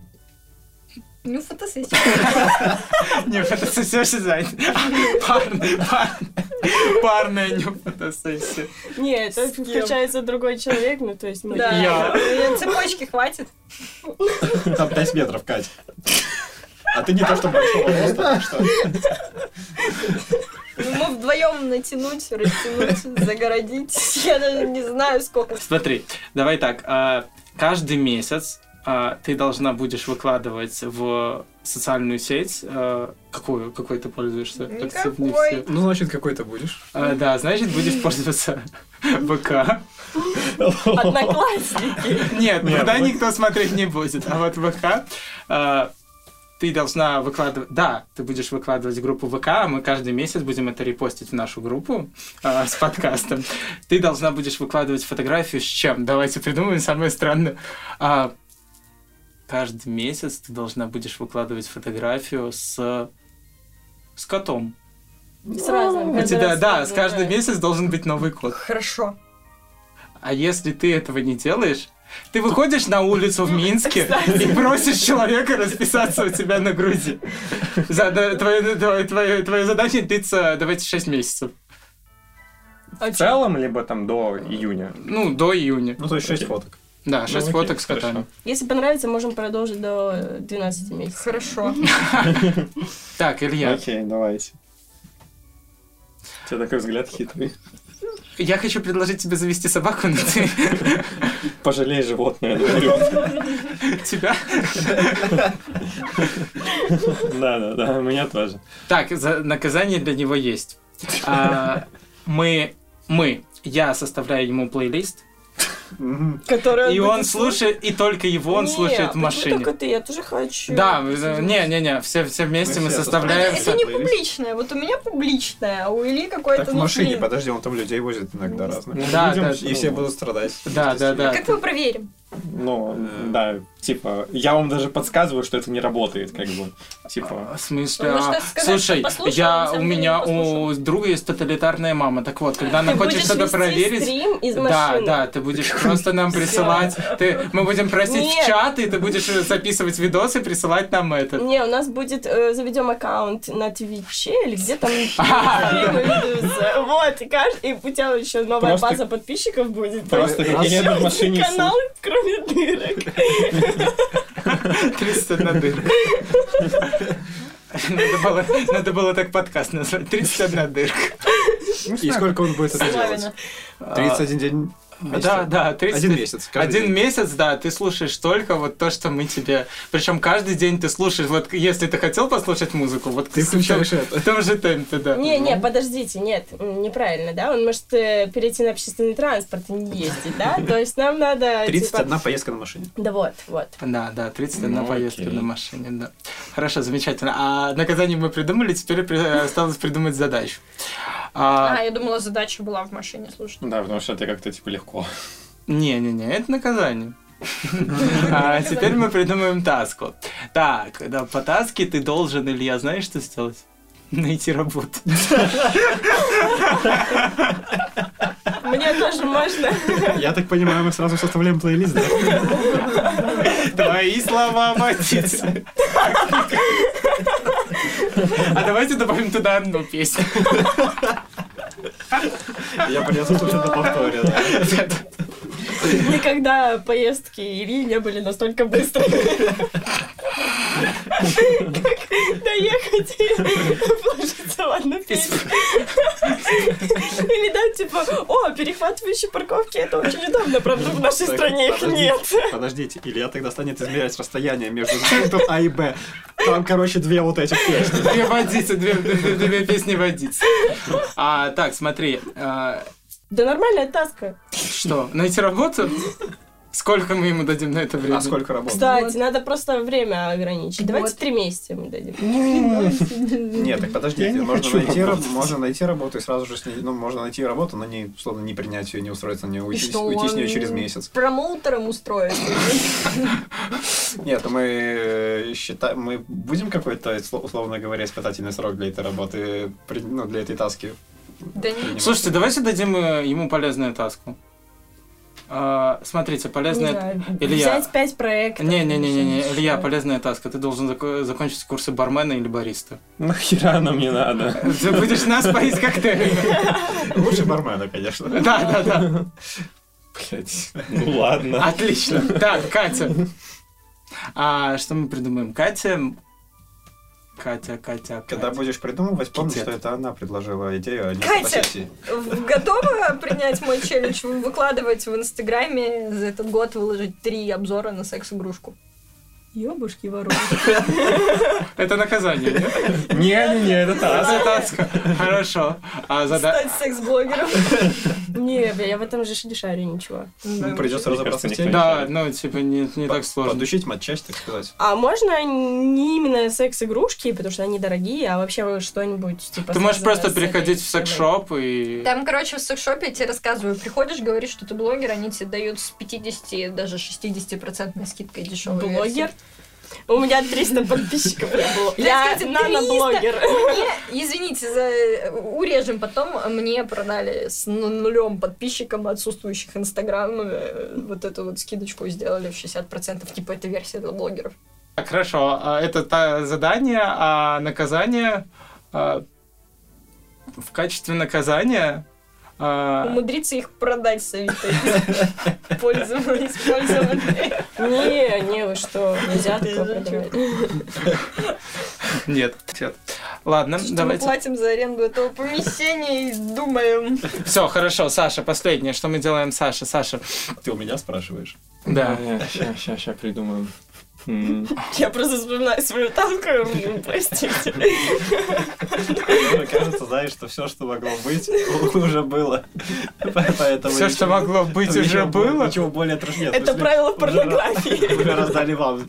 [SPEAKER 1] Ну, фотосессия.
[SPEAKER 2] Не фотосессия занята. Парная, парная. Парная не фотосессия.
[SPEAKER 6] Нет, это
[SPEAKER 1] С кем?
[SPEAKER 6] включается другой человек, ну то есть мы...
[SPEAKER 1] Да.
[SPEAKER 2] Я.
[SPEAKER 1] Мне Цепочки хватит.
[SPEAKER 5] Там 5 метров, Кать. А ты не то, что большого роста, так что...
[SPEAKER 1] Ну, Мы вдвоем натянуть, растянуть, загородить. Я даже не знаю, сколько.
[SPEAKER 2] Смотри, давай так. а, Каждый месяц а, ты должна будешь выкладывать в социальную сеть, а, какую, какой ты пользуешься? Активнее
[SPEAKER 1] Никакой.
[SPEAKER 2] всех.
[SPEAKER 5] Ну, значит, какой ты будешь.
[SPEAKER 2] А, да, значит, будешь пользоваться ВК.
[SPEAKER 6] Одноклассники.
[SPEAKER 2] Нет,
[SPEAKER 3] Нет,
[SPEAKER 2] тогда
[SPEAKER 3] вот-
[SPEAKER 2] никто смотреть не будет. А вот ВК... а, ты должна выкладывать... Да, ты будешь выкладывать в группу ВК, а мы каждый месяц будем это репостить в нашу группу а, с подкастом. Ты должна будешь выкладывать фотографию с чем? Давайте придумаем самое странное. А, каждый месяц ты должна будешь выкладывать фотографию с... с котом.
[SPEAKER 6] С разным.
[SPEAKER 2] У
[SPEAKER 6] каждый
[SPEAKER 2] тебя,
[SPEAKER 6] раз
[SPEAKER 2] да,
[SPEAKER 6] разным,
[SPEAKER 2] с каждым месяц должен быть новый кот.
[SPEAKER 1] Хорошо.
[SPEAKER 2] А если ты этого не делаешь, ты выходишь на улицу в Минске и просишь человека расписаться у тебя на груди. За, да, твою, твою, твою, твою задачу длится, давайте, 6 месяцев.
[SPEAKER 3] В целом, либо там до июня.
[SPEAKER 2] Ну, до июня.
[SPEAKER 5] Ну, то есть 6 фоток.
[SPEAKER 2] Да, 6
[SPEAKER 3] окей,
[SPEAKER 2] фоток с
[SPEAKER 3] хорошо.
[SPEAKER 2] котами.
[SPEAKER 6] Если понравится, можем продолжить до э, 12 месяцев.
[SPEAKER 1] Хорошо.
[SPEAKER 2] Так, Илья,
[SPEAKER 3] Окей, давайте. У тебя такой взгляд хитрый.
[SPEAKER 2] я хочу предложить тебе завести собаку, но ты
[SPEAKER 3] Пожалей животное. наверное.
[SPEAKER 2] тебя...
[SPEAKER 3] Да, да, да, у меня тоже.
[SPEAKER 2] Так, за- наказание для него есть. А, мы, мы, я составляю ему плейлист,
[SPEAKER 6] Который
[SPEAKER 2] и он
[SPEAKER 6] будет
[SPEAKER 2] слушает, и только его он
[SPEAKER 6] Не,
[SPEAKER 2] слушает в
[SPEAKER 6] почему
[SPEAKER 2] машине.
[SPEAKER 6] только ты? Я тоже хочу.
[SPEAKER 2] Да, э, не-не-не, все, все вместе мы,
[SPEAKER 5] Мы все
[SPEAKER 2] составляем.
[SPEAKER 1] Это не
[SPEAKER 5] плейлист.
[SPEAKER 1] публичное. Вот у меня публичное, а у Ильи какое-то...
[SPEAKER 5] Так в
[SPEAKER 1] ну,
[SPEAKER 5] машине,
[SPEAKER 1] блин.
[SPEAKER 5] подожди, он там людей возит иногда разных.
[SPEAKER 2] Да,
[SPEAKER 3] Людям
[SPEAKER 2] да,
[SPEAKER 3] всё
[SPEAKER 5] Ну, И все
[SPEAKER 3] равно.
[SPEAKER 5] будут страдать.
[SPEAKER 2] Да, да, да.
[SPEAKER 1] Как мы проверим?
[SPEAKER 3] Ну, да, типа, я вам даже подсказываю, что это не работает, как бы. Типа,
[SPEAKER 2] В смысле,
[SPEAKER 1] Потому что
[SPEAKER 2] а,
[SPEAKER 1] сказать,
[SPEAKER 2] слушай,
[SPEAKER 1] что послушал, на
[SPEAKER 2] я
[SPEAKER 1] самом
[SPEAKER 2] у
[SPEAKER 1] деле
[SPEAKER 2] меня
[SPEAKER 1] не послушал.
[SPEAKER 2] у друга есть тоталитарная мама. Так вот, когда она
[SPEAKER 6] Ты
[SPEAKER 2] хочет
[SPEAKER 6] будешь
[SPEAKER 2] что-то
[SPEAKER 6] вести
[SPEAKER 2] проверить.
[SPEAKER 6] стрим из
[SPEAKER 2] Да,
[SPEAKER 6] машины.
[SPEAKER 2] да, ты будешь просто нам присылать. Ты, мы будем просить
[SPEAKER 6] Нет.
[SPEAKER 2] в чат, и ты будешь записывать видосы и присылать нам это.
[SPEAKER 6] Не, у нас будет, э, заведем аккаунт на Твиче или где там
[SPEAKER 2] А,
[SPEAKER 6] стримы ведутся. Вот, и, кажд- и у тебя еще новая
[SPEAKER 3] Просто-
[SPEAKER 6] база подписчиков будет.
[SPEAKER 3] просто как я еду в машине и
[SPEAKER 6] Канал,
[SPEAKER 3] слушаю.
[SPEAKER 6] кроме дырок.
[SPEAKER 2] 31 дырка. Надо было, надо было так подкаст назвать. 31 дырка.
[SPEAKER 5] И сколько он будет это делать?
[SPEAKER 6] Славина.
[SPEAKER 5] 31 день.
[SPEAKER 2] Да,
[SPEAKER 5] месяца.
[SPEAKER 2] А, да, 30
[SPEAKER 5] Один месяц, каждый
[SPEAKER 2] Один
[SPEAKER 5] день.
[SPEAKER 2] месяц, да, ты слушаешь только вот то, что мы тебе... Причем каждый день ты слушаешь, вот если ты хотел послушать музыку, вот
[SPEAKER 5] Ты включаешь это.
[SPEAKER 2] В том же темпе, да.
[SPEAKER 6] Не, не, подождите, нет, м, неправильно, да? Он может э, перейти на общественный транспорт и не ездить, да? То есть нам надо, типа...
[SPEAKER 5] 31 поездка на машине.
[SPEAKER 6] Да вот, вот.
[SPEAKER 2] Да, да, 31
[SPEAKER 3] Ну,
[SPEAKER 2] поездка
[SPEAKER 3] окей.
[SPEAKER 2] на машине, да. Хорошо, замечательно. А наказание мы придумали, теперь при- э, осталось придумать задачу.
[SPEAKER 1] А,
[SPEAKER 2] А,
[SPEAKER 1] я думала, задача была в машине слушать.
[SPEAKER 3] Да, потому что это как-то, типа, легко.
[SPEAKER 2] Не-не-не, это наказание. А теперь мы придумаем таску. Так, да, по таске ты должен, Илья, знаешь, что сделать? Найти работу.
[SPEAKER 6] Мне тоже можно.
[SPEAKER 5] Я так понимаю, мы сразу составляем плейлист, да?
[SPEAKER 2] Твои слова, Матис. А давайте добавим туда одну песню.
[SPEAKER 5] Я полезу уже на повторе, да.
[SPEAKER 6] Никогда поездки Ильи не были настолько быстрыми. Как доехать и вложиться в одну песню. Или да, типа, о, перехватывающие парковки, это очень удобно, правда, в нашей
[SPEAKER 5] Так,
[SPEAKER 6] стране их
[SPEAKER 5] подождите,
[SPEAKER 6] нет.
[SPEAKER 5] Подождите, Илья тогда станет измерять расстояние между пунктом А и Б. Там, короче, две вот этих песни.
[SPEAKER 2] Две водицы, две, две- две песни водицы. А, так, смотри, а,
[SPEAKER 6] Да нормальная таска.
[SPEAKER 2] что, найти работу? Сколько мы ему дадим на это время?
[SPEAKER 5] А сколько работы?
[SPEAKER 6] Кстати, надо просто время ограничить. Давайте
[SPEAKER 1] Вот.
[SPEAKER 6] три месяца мы дадим.
[SPEAKER 5] Нет, так
[SPEAKER 3] Я
[SPEAKER 5] подождите,
[SPEAKER 3] не
[SPEAKER 5] можно
[SPEAKER 3] хочу
[SPEAKER 5] найти, раб-
[SPEAKER 3] работать.
[SPEAKER 5] можно найти работу и сразу же с ней, ну, можно найти работу, но не, условно, не принять ее, не устроиться на нее, уйти, с-
[SPEAKER 1] что,
[SPEAKER 5] уйти с нее
[SPEAKER 1] он-
[SPEAKER 5] через месяц.
[SPEAKER 1] Промоутером устроить.
[SPEAKER 5] Нет, мы э, считаем, мы будем какой-то, сло- условно говоря, испытательный срок для этой работы, при- ну, для этой таски.
[SPEAKER 1] Да не.
[SPEAKER 5] принимать?
[SPEAKER 2] Слушайте, давайте дадим э, ему полезную таску. А, смотрите,
[SPEAKER 6] Не
[SPEAKER 2] полезная...
[SPEAKER 6] знаю,
[SPEAKER 2] Илья.
[SPEAKER 6] Взять пять проектов.
[SPEAKER 2] Не-не-не,
[SPEAKER 6] Что?
[SPEAKER 2] Илья, полезная таска. Ты должен зако- закончить курсы бармена или бариста.
[SPEAKER 3] Нахера нам не надо?
[SPEAKER 2] Ты будешь нас поить коктейлями.
[SPEAKER 5] Лучше бармена, конечно.
[SPEAKER 2] Да, да, да.
[SPEAKER 3] Блять. Ну ладно.
[SPEAKER 2] Отлично. А, Так, Катя. А что мы придумаем? Катя Катя, Катя,
[SPEAKER 5] Когда
[SPEAKER 2] Катя.
[SPEAKER 5] будешь придумывать, помни,
[SPEAKER 2] Китет.
[SPEAKER 5] что это она предложила идею, а не
[SPEAKER 1] Катя!
[SPEAKER 5] фотосессии.
[SPEAKER 1] В- Готова принять мой челлендж, выкладывать в Инстаграме за этот год, выложить три обзора на секс-игрушку?
[SPEAKER 6] Ёбушки воруют.
[SPEAKER 2] Это наказание, нет?
[SPEAKER 3] Не-не-не, это
[SPEAKER 2] А,
[SPEAKER 3] Тарас.
[SPEAKER 2] за таска. Хорошо. А зада-
[SPEAKER 1] Стать секс-блогером.
[SPEAKER 6] Не, бля, я в этом же не шарю ничего.
[SPEAKER 5] Ну, придется
[SPEAKER 3] Мне кажется,
[SPEAKER 5] разобраться с
[SPEAKER 3] никто
[SPEAKER 5] теми.
[SPEAKER 2] Да, ну, типа, не, не
[SPEAKER 5] По-
[SPEAKER 2] так сложно.
[SPEAKER 5] Подучить матчасть, так сказать.
[SPEAKER 6] А можно не именно секс-игрушки, потому что они дорогие, а вообще вы что-нибудь типа...
[SPEAKER 2] Ты можешь
[SPEAKER 6] связанное
[SPEAKER 2] просто
[SPEAKER 6] с этой
[SPEAKER 2] переходить в
[SPEAKER 6] темой?
[SPEAKER 2] секс-шоп и...
[SPEAKER 1] Там, короче, в секс-шопе я тебе рассказываю. Приходишь, говоришь, что ты блогер, они тебе дают с 50, даже 60% скидкой дешевой
[SPEAKER 6] Блогер? У меня 300 подписчиков я был. Я
[SPEAKER 1] Блядь, это
[SPEAKER 6] наноблогер.
[SPEAKER 1] Мне, извините, за... э, урежем потом, мне продали с ну- нулем подписчикам отсутствующих Инстаграм э, вот эту вот скидочку сделали в 60%. Типа, это версия для блогеров.
[SPEAKER 2] Так, хорошо. А Это та- задание, а наказание... а, В качестве наказания... а,
[SPEAKER 1] Умудриться их продать с Авито. Пользовались, пользовались.
[SPEAKER 6] Не, не, вы что, нельзя такое продавать.
[SPEAKER 2] Нет. Нет. Ладно,
[SPEAKER 1] Что мы
[SPEAKER 2] давайте.
[SPEAKER 1] платим за аренду этого помещения и думаем.
[SPEAKER 2] Все, хорошо, Саша, последнее, что мы делаем, Саша, Саша.
[SPEAKER 5] Ты у меня спрашиваешь?
[SPEAKER 2] Да.
[SPEAKER 3] Сейчас, сейчас, сейчас придумаем. М,
[SPEAKER 6] Я просто вспоминаю свою танку, простите.
[SPEAKER 5] Мне Ну, кажется, знаешь, что все, что могло быть, уже было. Поэтому
[SPEAKER 2] Все, что могло быть, уже было. Ну, типа,
[SPEAKER 5] Ничего более трешнее.
[SPEAKER 6] Это правило порнографии.
[SPEAKER 5] Уже раздали вам.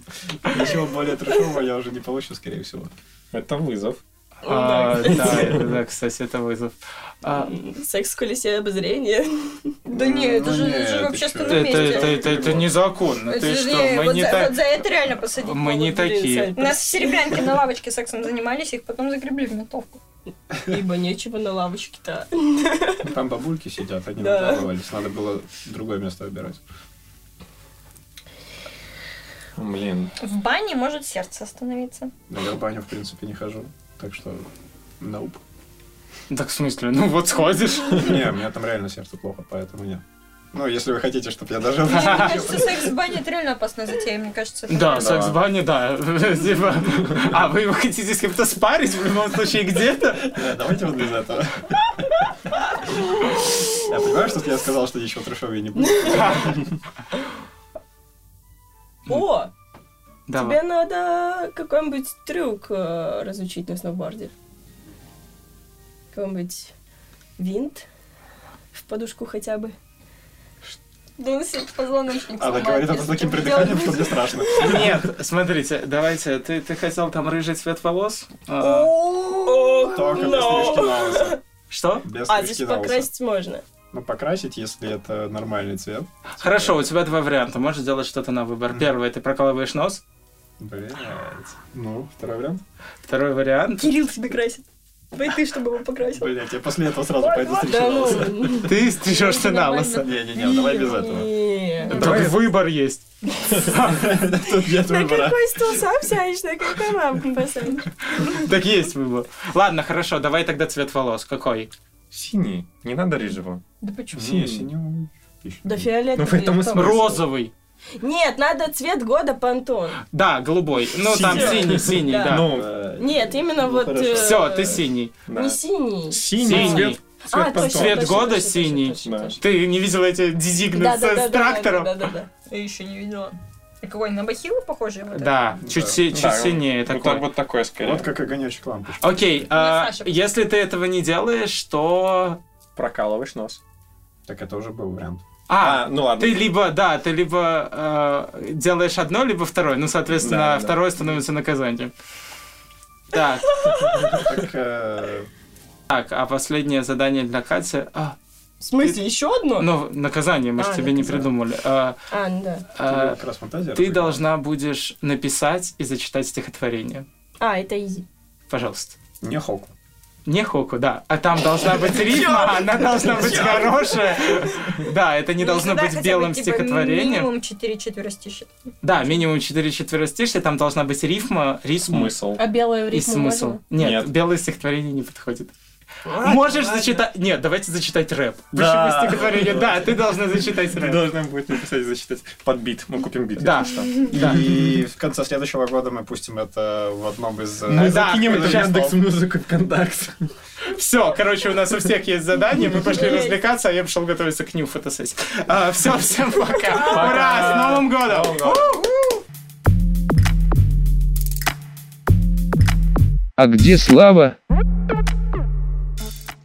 [SPEAKER 5] Ничего более трешового я уже не получу, скорее всего.
[SPEAKER 3] Это вызов.
[SPEAKER 2] А, Да, это- да, кстати, это вызов. А,
[SPEAKER 6] Секс в колесе обозрения.
[SPEAKER 1] Да не, это
[SPEAKER 5] Ну
[SPEAKER 1] же,
[SPEAKER 5] нет,
[SPEAKER 1] это же
[SPEAKER 5] ты
[SPEAKER 1] в общественном
[SPEAKER 5] чё?
[SPEAKER 2] Это,
[SPEAKER 1] месте.
[SPEAKER 2] это, это, это незаконно.
[SPEAKER 1] Это
[SPEAKER 2] Ты
[SPEAKER 1] же
[SPEAKER 2] что,
[SPEAKER 1] не-
[SPEAKER 2] мы
[SPEAKER 1] вот,
[SPEAKER 2] не
[SPEAKER 1] за,
[SPEAKER 2] так...
[SPEAKER 1] вот за это реально посадить.
[SPEAKER 2] Мы
[SPEAKER 1] могут.
[SPEAKER 2] не такие.
[SPEAKER 1] У нас в серебрянке на лавочке сексом занимались, их потом загребли в ментовку.
[SPEAKER 6] Ибо нечего на лавочке-то.
[SPEAKER 5] Ну, Там бабульки сидят, они
[SPEAKER 6] Да.
[SPEAKER 5] надавались. Надо было другое место выбирать.
[SPEAKER 3] Блин.
[SPEAKER 1] В бане может сердце остановиться.
[SPEAKER 5] Но я в баню, в принципе, не хожу. Так что... Науп.
[SPEAKER 2] Так в смысле? Ну вот сходишь.
[SPEAKER 5] Не, у меня там реально сердце плохо, поэтому нет. Ну, если вы хотите, чтобы я дожил...
[SPEAKER 1] Мне кажется, секс в бане это реально опасная затея, мне кажется. это
[SPEAKER 2] Да,
[SPEAKER 1] прям-
[SPEAKER 2] секс в бане, да. Типа, А вы его хотите с кем-то спарить в любом случае где-то?
[SPEAKER 5] Да, Давайте вот без этого. Я понимаю, что я сказал, что ничего трешовее не будет.
[SPEAKER 6] О,
[SPEAKER 2] Давай.
[SPEAKER 6] тебе надо какой-нибудь трюк э, разучить на сноуборде. Какой-нибудь винт в подушку хотя бы.
[SPEAKER 1] Да он себе позвоночник
[SPEAKER 5] а Она
[SPEAKER 1] сломает,
[SPEAKER 5] говорит это
[SPEAKER 1] если
[SPEAKER 5] с таким
[SPEAKER 1] так
[SPEAKER 5] придыханием,
[SPEAKER 1] делать.
[SPEAKER 5] что мне страшно.
[SPEAKER 2] Нет, смотрите, давайте. Ты, ты хотел там рыжий цвет волос? А,
[SPEAKER 6] Ох,
[SPEAKER 5] Только без стрижки на лысо.
[SPEAKER 2] Что?
[SPEAKER 5] Без
[SPEAKER 6] А,
[SPEAKER 5] стрижки
[SPEAKER 6] здесь
[SPEAKER 5] на лысо.
[SPEAKER 6] покрасить можно.
[SPEAKER 5] Ну, покрасить, если это нормальный цвет.
[SPEAKER 2] Хорошо, у тебя два варианта. Можешь делать что-то на выбор. Первый, ты прокалываешь нос.
[SPEAKER 5] Блять. Ну, второй вариант.
[SPEAKER 2] Второй вариант.
[SPEAKER 6] Кирилл тебе красит. Ой, ты, чтобы его покрасил.
[SPEAKER 5] Блять, я после этого сразу пойду стричь
[SPEAKER 6] Да
[SPEAKER 5] на
[SPEAKER 6] ну.
[SPEAKER 5] лысо.
[SPEAKER 2] Ты стрижешься на лысо.
[SPEAKER 5] Не-не-не, ну, давай без этого.
[SPEAKER 6] Не.
[SPEAKER 2] Так выбор есть.
[SPEAKER 5] Тут нет
[SPEAKER 6] ну. На
[SPEAKER 5] выбора.
[SPEAKER 6] какой стул сам сядешь, на какой лампу посадишь?
[SPEAKER 2] Так есть выбор. Ладно, хорошо, давай тогда цвет волос. Какой?
[SPEAKER 3] Синий. Не надо рыжего.
[SPEAKER 1] Да почему?
[SPEAKER 5] Не, синего. еще
[SPEAKER 6] Да
[SPEAKER 5] нет.
[SPEAKER 6] фиолетовый.
[SPEAKER 3] Ну, в этом и смысл.
[SPEAKER 2] Розовый.
[SPEAKER 6] Нет, надо цвет года понтон.
[SPEAKER 2] Да, голубой. Ну, там
[SPEAKER 3] Синий.
[SPEAKER 2] синий, синий,
[SPEAKER 6] Да.
[SPEAKER 2] да.
[SPEAKER 3] Ну,
[SPEAKER 5] Э,
[SPEAKER 6] Нет, именно
[SPEAKER 5] ну,
[SPEAKER 6] вот...
[SPEAKER 5] хорошо.
[SPEAKER 6] э,
[SPEAKER 2] Все, ты синий.
[SPEAKER 3] да.
[SPEAKER 6] Не синий.
[SPEAKER 3] Ну, Синий цвет.
[SPEAKER 6] А,
[SPEAKER 3] Цвет
[SPEAKER 6] точно,
[SPEAKER 3] понтон.
[SPEAKER 2] Цвет
[SPEAKER 6] точно,
[SPEAKER 2] года
[SPEAKER 6] точно,
[SPEAKER 2] синий.
[SPEAKER 6] точно,
[SPEAKER 3] Да.
[SPEAKER 6] точно.
[SPEAKER 2] Ты не видел эти дизигны с,
[SPEAKER 6] Да-да-да-да-да-да-да-да.
[SPEAKER 2] с трактором? Да,
[SPEAKER 1] Я еще не видела. И какой, на бахилу похожий? вот этот?
[SPEAKER 2] чуть,
[SPEAKER 5] Да.
[SPEAKER 2] си- чуть
[SPEAKER 3] Да,
[SPEAKER 2] синее
[SPEAKER 3] вот,
[SPEAKER 2] такой.
[SPEAKER 3] так- вот такое скорее.
[SPEAKER 5] Вот как огонечек лампочки.
[SPEAKER 2] Окей, а,
[SPEAKER 1] Саша.
[SPEAKER 2] если ты этого не делаешь, то...
[SPEAKER 3] Прокалываешь нос.
[SPEAKER 5] Так это уже был вариант.
[SPEAKER 2] А,
[SPEAKER 3] ну ладно.
[SPEAKER 2] ты либо, да, ты либо э, делаешь одно, либо второе. Ну, соответственно,
[SPEAKER 5] Да, да.
[SPEAKER 2] второе становится наказанием. Так,
[SPEAKER 5] Так, э,
[SPEAKER 2] так, а последнее задание для Кати... А,
[SPEAKER 6] В смысле, еще одно?
[SPEAKER 2] Ну, наказание, мы же
[SPEAKER 6] А,
[SPEAKER 2] тебе не
[SPEAKER 6] наказание.
[SPEAKER 2] придумали. А,
[SPEAKER 6] А, ну да.
[SPEAKER 2] а,
[SPEAKER 5] как раз фантазия.
[SPEAKER 2] ты
[SPEAKER 5] развивается.
[SPEAKER 2] должна будешь написать и зачитать стихотворение.
[SPEAKER 6] А, это изи.
[SPEAKER 2] Пожалуйста.
[SPEAKER 5] Не Хоку.
[SPEAKER 2] Не хоку, да. А там должна быть рифма, она должна быть хорошая. Да, это не
[SPEAKER 1] Ну,
[SPEAKER 2] должно
[SPEAKER 1] тогда
[SPEAKER 2] быть
[SPEAKER 1] хотя бы,
[SPEAKER 2] белым
[SPEAKER 1] типа,
[SPEAKER 2] стихотворением.
[SPEAKER 1] Минимум 4 четверостища.
[SPEAKER 2] Да, минимум четыре четверостишья, там должна быть рифма, рифма
[SPEAKER 3] Смысл.
[SPEAKER 6] А белое
[SPEAKER 2] и
[SPEAKER 6] рифму
[SPEAKER 2] смысл.
[SPEAKER 6] можно?
[SPEAKER 2] Нет,
[SPEAKER 3] Нет.
[SPEAKER 2] белое стихотворение не подходит. Можешь зачитать... Нет, давайте зачитать рэп.
[SPEAKER 3] Да.
[SPEAKER 2] Почему стихотворение? Да, ты должна зачитать
[SPEAKER 3] Ты
[SPEAKER 2] рэп.
[SPEAKER 3] должна будет написать, зачитать под бит. Мы купим бит.
[SPEAKER 2] Да.
[SPEAKER 3] если что.
[SPEAKER 2] Да.
[SPEAKER 5] И в конце следующего года мы пустим это в одном из... э,
[SPEAKER 3] Мы
[SPEAKER 2] да,
[SPEAKER 3] закинем это в
[SPEAKER 2] сейчас.
[SPEAKER 3] Яндекс Музыку ВКонтакте.
[SPEAKER 2] Все, короче, у нас у всех есть задание, мы пошли развлекаться, а я пошел готовиться к ню фотосессии. все, всем пока. Ура, с Новым годом!
[SPEAKER 10] А где слава?